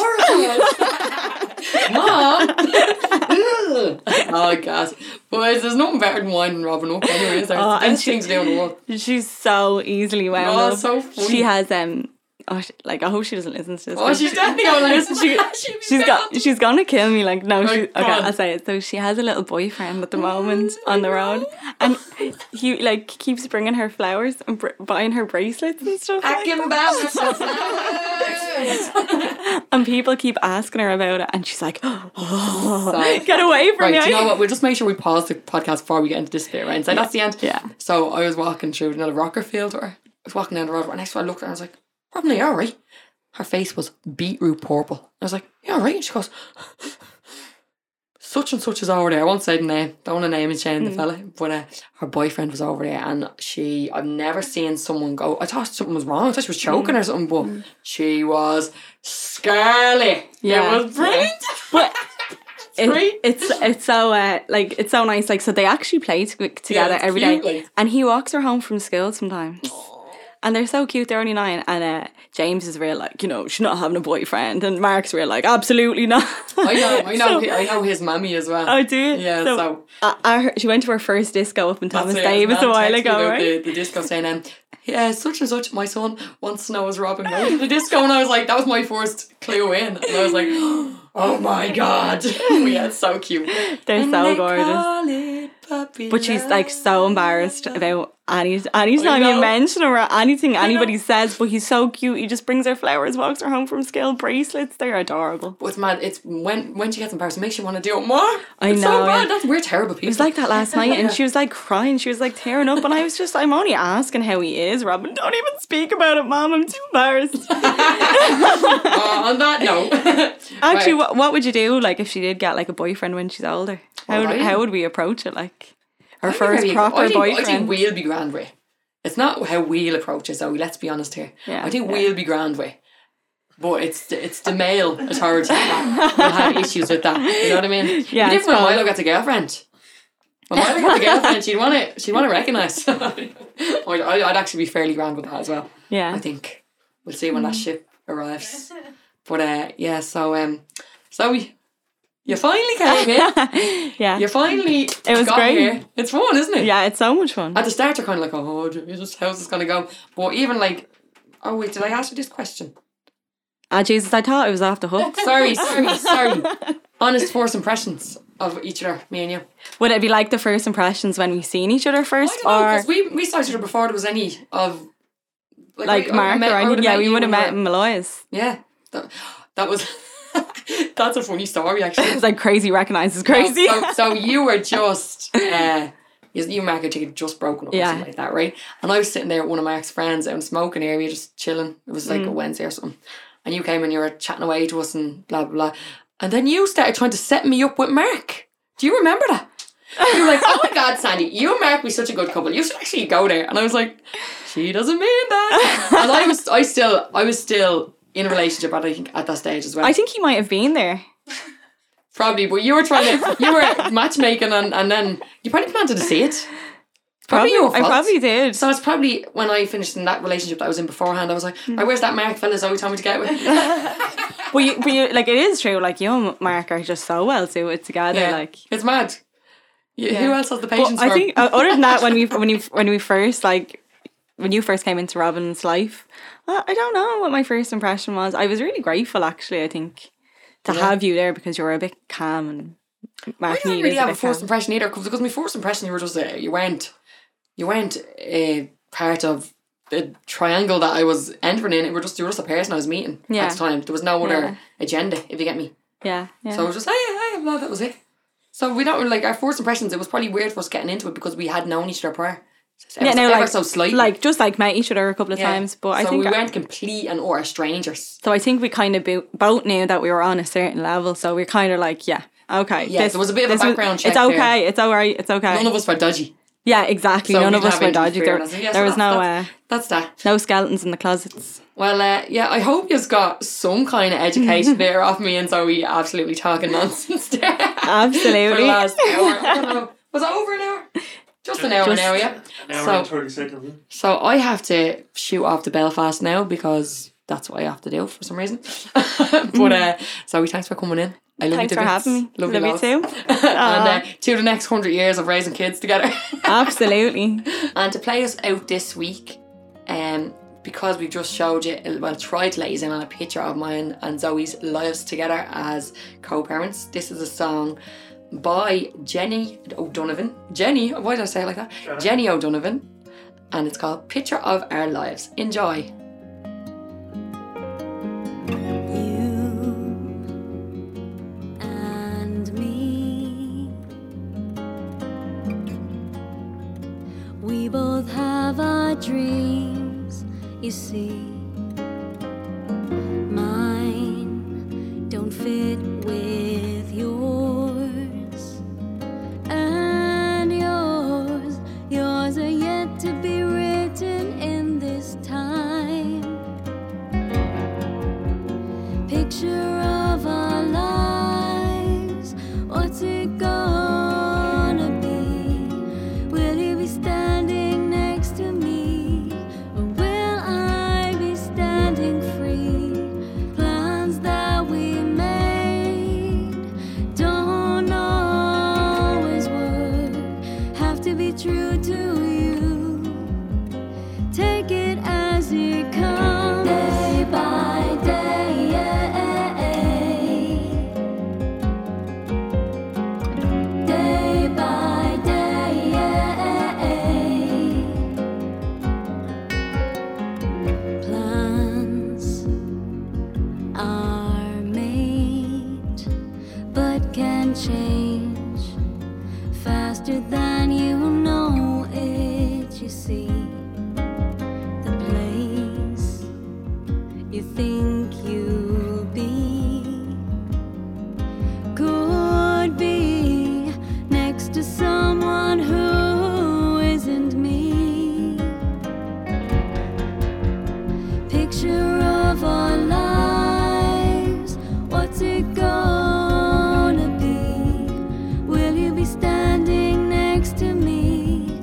Speaker 1: Mom! Ugh. oh, gosh. Boys, there's nothing better than winding Robin up, anyway, is there?
Speaker 2: Oh,
Speaker 1: It's the
Speaker 2: and
Speaker 1: best
Speaker 2: she-
Speaker 1: thing to do in the world.
Speaker 2: She's so easily wound
Speaker 1: Oh,
Speaker 2: up.
Speaker 1: so funny.
Speaker 2: She has um, oh, sh- like I hope she doesn't listen to this.
Speaker 1: Oh, she's definitely going to listen.
Speaker 2: She-
Speaker 1: She'd be
Speaker 2: she's got
Speaker 1: dead.
Speaker 2: she's gonna kill me. Like no, she, okay,
Speaker 1: go on.
Speaker 2: I'll say it. So she has a little boyfriend
Speaker 1: Oh
Speaker 2: at the moment on the road, and he like keeps bringing her flowers and br- buying her bracelets and stuff.
Speaker 1: I
Speaker 2: like
Speaker 1: can
Speaker 2: that.
Speaker 1: bounce off
Speaker 2: and people keep asking her about it, and she's like, "Oh,
Speaker 1: So-
Speaker 2: get away from me!"
Speaker 1: Right, do you know what? We'll just make sure we pause the podcast before we get into this bit, right? And say that's the end.
Speaker 2: Yeah.
Speaker 1: So I was walking through another rocker field or I was walking down the road and next I looked at her and I was like, Robin, are you alright? Her face was beetroot purple. I was like, You alright? And she goes, Such and such is over there. I won't say the name. Don't want to name and shame
Speaker 2: Hmm.
Speaker 1: the fella. But uh, her boyfriend was over there and she I've never seen someone go I thought something was wrong. I thought she
Speaker 2: Hmm.
Speaker 1: was choking or something, but she was scarlet.
Speaker 2: Yeah.
Speaker 1: It was brilliant.
Speaker 2: But it-
Speaker 1: great.
Speaker 2: it's it's so uh, like it's so nice. Like so, they actually play to- together
Speaker 1: it's
Speaker 2: every day,
Speaker 1: cute, like.
Speaker 2: and he walks her home from school sometimes. And they're so cute. They're only nine, and uh, James is real like you know she's not having a boyfriend, and Mark's real like absolutely not.
Speaker 1: I know, I know,
Speaker 2: So-
Speaker 1: I know his mummy as well.
Speaker 2: Oh, do you?
Speaker 1: Yeah, so-
Speaker 2: I, I heard- she went to her first disco up in
Speaker 1: That's
Speaker 2: Thomas
Speaker 1: it, his
Speaker 2: Davis
Speaker 1: nan
Speaker 2: a while
Speaker 1: texted me
Speaker 2: ago, eh?
Speaker 1: about
Speaker 2: right?
Speaker 1: The, the disco saying, um, yeah, such and such, my son wants to know is Robin going to the disco. And I was like, that was my first clue in. And I was like, oh my God. yeah, it's so cute.
Speaker 2: They're
Speaker 1: And
Speaker 2: so
Speaker 1: they
Speaker 2: gorgeous.
Speaker 1: call it puppy
Speaker 2: But she's like so embarrassed about any any
Speaker 1: I
Speaker 2: time
Speaker 1: know.
Speaker 2: you mention him or anything anybody says. But he's so cute. He just brings her flowers, walks her home from school, bracelets. They're adorable.
Speaker 1: But it's mad. It's when when she gets embarrassed, it makes you want to do it more.
Speaker 2: I
Speaker 1: it's So
Speaker 2: know,
Speaker 1: bad.
Speaker 2: yeah.
Speaker 1: That's we're terrible people.
Speaker 2: It was like that last night, and she was like crying. She was like tearing up, and I was just, I'm only asking how he is, Robin. Don't even speak about it, Mom. I'm too embarrassed.
Speaker 1: Uh, on that note,
Speaker 2: Actually,
Speaker 1: Right.
Speaker 2: what, what would you do, like, if she did get like a boyfriend when she's older? How
Speaker 1: Well, I
Speaker 2: would,
Speaker 1: didn't-
Speaker 2: how would we approach it, like, her
Speaker 1: I think
Speaker 2: first
Speaker 1: maybe-
Speaker 2: proper
Speaker 1: I think, I think
Speaker 2: boyfriend?
Speaker 1: we'll be grand with. It's not how we'll approach it, though. Let's be honest here.
Speaker 2: Yeah,
Speaker 1: I think
Speaker 2: yeah.
Speaker 1: we'll be grand with. But it's the, it's the male authority that will have issues with that. You know what I mean?
Speaker 2: Yeah,
Speaker 1: Even
Speaker 2: it's
Speaker 1: if when
Speaker 2: fine.
Speaker 1: Milo gets a girlfriend. When Milo gets a girlfriend, she'd want it. She'd want to recognise. I'd, I'd actually be fairly grand with that as well.
Speaker 2: yeah,
Speaker 1: I think we'll see when that
Speaker 2: Mm-hmm.
Speaker 1: ship arrives. But uh, yeah, so um, Zoe, you finally came in.
Speaker 2: yeah,
Speaker 1: You finally it
Speaker 2: was
Speaker 1: got
Speaker 2: great.
Speaker 1: here. It's fun, isn't it?
Speaker 2: yeah. It's so much fun.
Speaker 1: At the start, you're kind of like, oh, Jesus, how's this going to go? But even like, oh, wait, did I ask you this question?
Speaker 2: Ah, Jesus, I thought it was off the hook.
Speaker 1: Sorry, sorry, sorry. Honest first impressions of each other, me and you.
Speaker 2: Would it be like the first impressions when we seen each other first, or
Speaker 1: Because we, we saw each other before there was any of.
Speaker 2: like
Speaker 1: I- I
Speaker 2: Mark
Speaker 1: met-
Speaker 2: or
Speaker 1: I
Speaker 2: anything?
Speaker 1: would've
Speaker 2: Yeah,
Speaker 1: met
Speaker 2: we
Speaker 1: you
Speaker 2: would have
Speaker 1: when
Speaker 2: met
Speaker 1: we
Speaker 2: in Malloy's.
Speaker 1: were- Yeah. That, that was. that's a funny story, actually.
Speaker 2: It's like crazy recognizes crazy.
Speaker 1: So, so you were just uh, you, you and Mark had ticket just broken up or
Speaker 2: Yeah.
Speaker 1: something like that, right? And I was sitting there with one of Mark's friends out in the smoking area, just chilling. It was
Speaker 2: Mm.
Speaker 1: like a Wednesday or something. And you came and you were chatting away to us and blah blah blah. And then you started trying to set me up with Mark. Do you remember that? You were like, oh my god, Sandy, you and Mark be such a good couple. You should actually go there. And I was like, she doesn't mean that. and I was, I still, I was still in a relationship. At, I think at that stage as well.
Speaker 2: I think he might have been there.
Speaker 1: probably, but you were trying to, you were matchmaking, and, and then you probably planted a seed. Probably, your
Speaker 2: I
Speaker 1: fault.
Speaker 2: probably did.
Speaker 1: So it's probably when I finished in that relationship that I was in beforehand. I was like,
Speaker 2: Hmm.
Speaker 1: "Oh, where's that Mark fella Zoe told me to get with?"
Speaker 2: But you, but you, like it is true. Like you and Mark are just so well suited together. Like
Speaker 1: it's mad. You,
Speaker 2: Yeah.
Speaker 1: Who else has the
Speaker 2: But
Speaker 1: patience?
Speaker 2: I
Speaker 1: for
Speaker 2: think uh, other than that, when we when you when we first like when you first came into Robin's life, uh, I don't know what my first impression was. I was really grateful, actually. I think to have you there because you were a bit calm and
Speaker 1: I
Speaker 2: Mark
Speaker 1: don't
Speaker 2: needed
Speaker 1: really
Speaker 2: a
Speaker 1: have a
Speaker 2: bit
Speaker 1: first
Speaker 2: calm.
Speaker 1: impression either 'cause- because my first impression you were just uh, you weren't you weren't a part of the triangle that I was entering in. You were just you were just a person I was meeting
Speaker 2: Yeah.
Speaker 1: at the time. There was no other
Speaker 2: Yeah.
Speaker 1: agenda, if you get me.
Speaker 2: Yeah, yeah.
Speaker 1: So I was just hey hey no, that was it. So we don't like our first impressions. It was probably weird for us getting into it because we had known each other prior. It was ever so slight.
Speaker 2: like just like met each other a couple of
Speaker 1: Yeah.
Speaker 2: times, but I
Speaker 1: so
Speaker 2: think
Speaker 1: we weren't complete and or strangers.
Speaker 2: so. I think we kind of bo- both knew that we were on a certain level, so we're kind of like, yeah, okay,
Speaker 1: Yeah, there was a bit of a
Speaker 2: this was-
Speaker 1: background check
Speaker 2: It's
Speaker 1: there.
Speaker 2: okay, it's all right, it's okay.
Speaker 1: None of us were dodgy.
Speaker 2: yeah, exactly.
Speaker 1: So
Speaker 2: None
Speaker 1: we
Speaker 2: of
Speaker 1: didn't
Speaker 2: us
Speaker 1: have
Speaker 2: were
Speaker 1: anything to
Speaker 2: dodgy.
Speaker 1: fear.
Speaker 2: There,
Speaker 1: And I said, yeah,
Speaker 2: there
Speaker 1: so
Speaker 2: was no uh,
Speaker 1: that's- That's that.
Speaker 2: no skeletons in the closets.
Speaker 1: Well, uh, yeah, I hope you've got some kind of education there off me and Zoe absolutely talking nonsense there. For the
Speaker 2: Absolutely.
Speaker 1: last hour. I don't know. Was it over an hour? Just an hour
Speaker 2: Just-
Speaker 1: now, yeah.
Speaker 4: An hour
Speaker 1: So-
Speaker 4: and 30 seconds.
Speaker 1: So I have to shoot off to Belfast now because that's what I have to do for some reason. but uh, Zoe, thanks for coming in. I love
Speaker 2: Thanks
Speaker 1: you to
Speaker 2: for
Speaker 1: bits.
Speaker 2: having me.
Speaker 1: Love,
Speaker 2: Love you too.
Speaker 1: and uh, to the next hundred years of raising kids together.
Speaker 2: Absolutely.
Speaker 1: And to play us out this week, um, because we just showed you, well, tried to let you in on a picture of mine and Zoe's lives together as co parents, this is a song by Jenny O'Donovan. Jenny, why did I say it like that? Jenny O'Donovan. And it's called Picture of Our Lives. Enjoy.
Speaker 5: You and me, we both have our dreams. You see, mine don't fit with yours, and yours, yours are yet to be written in this time picture of our lives. What's it gonna be? Will you be standing next to me? Or will I be standing free? Plans that we made don't always work. Have to be true to you. Take it as it comes. Day by day. Day by day. Plans are made, but can change faster than you know it, you see the place you think you'll be could be next to someone who isn't me. Picture of our lives, what's it gonna be? Will you be standing next to me?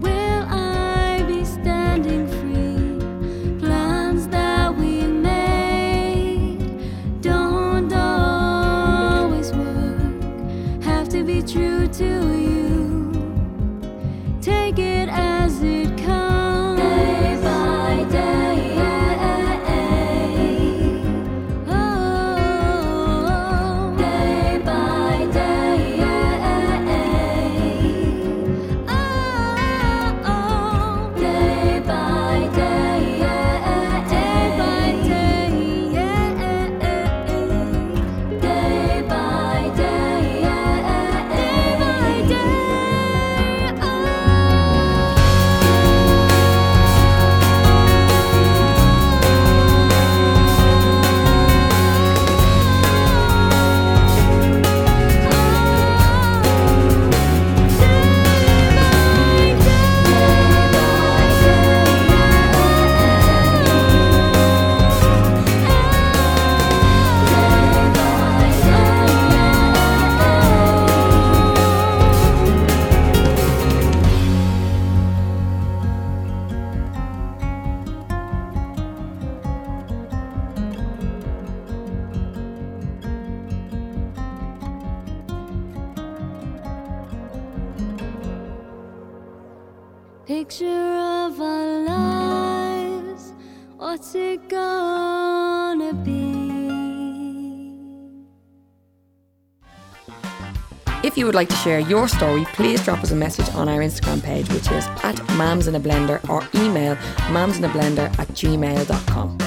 Speaker 5: Will I be standing free? Plans that we made Oh. picture of our lives. What's it gonna be?
Speaker 1: If you would like to share your story, please drop us a message on our Instagram page, which is at mams in a blender, or email mamsinablender at gmail.com.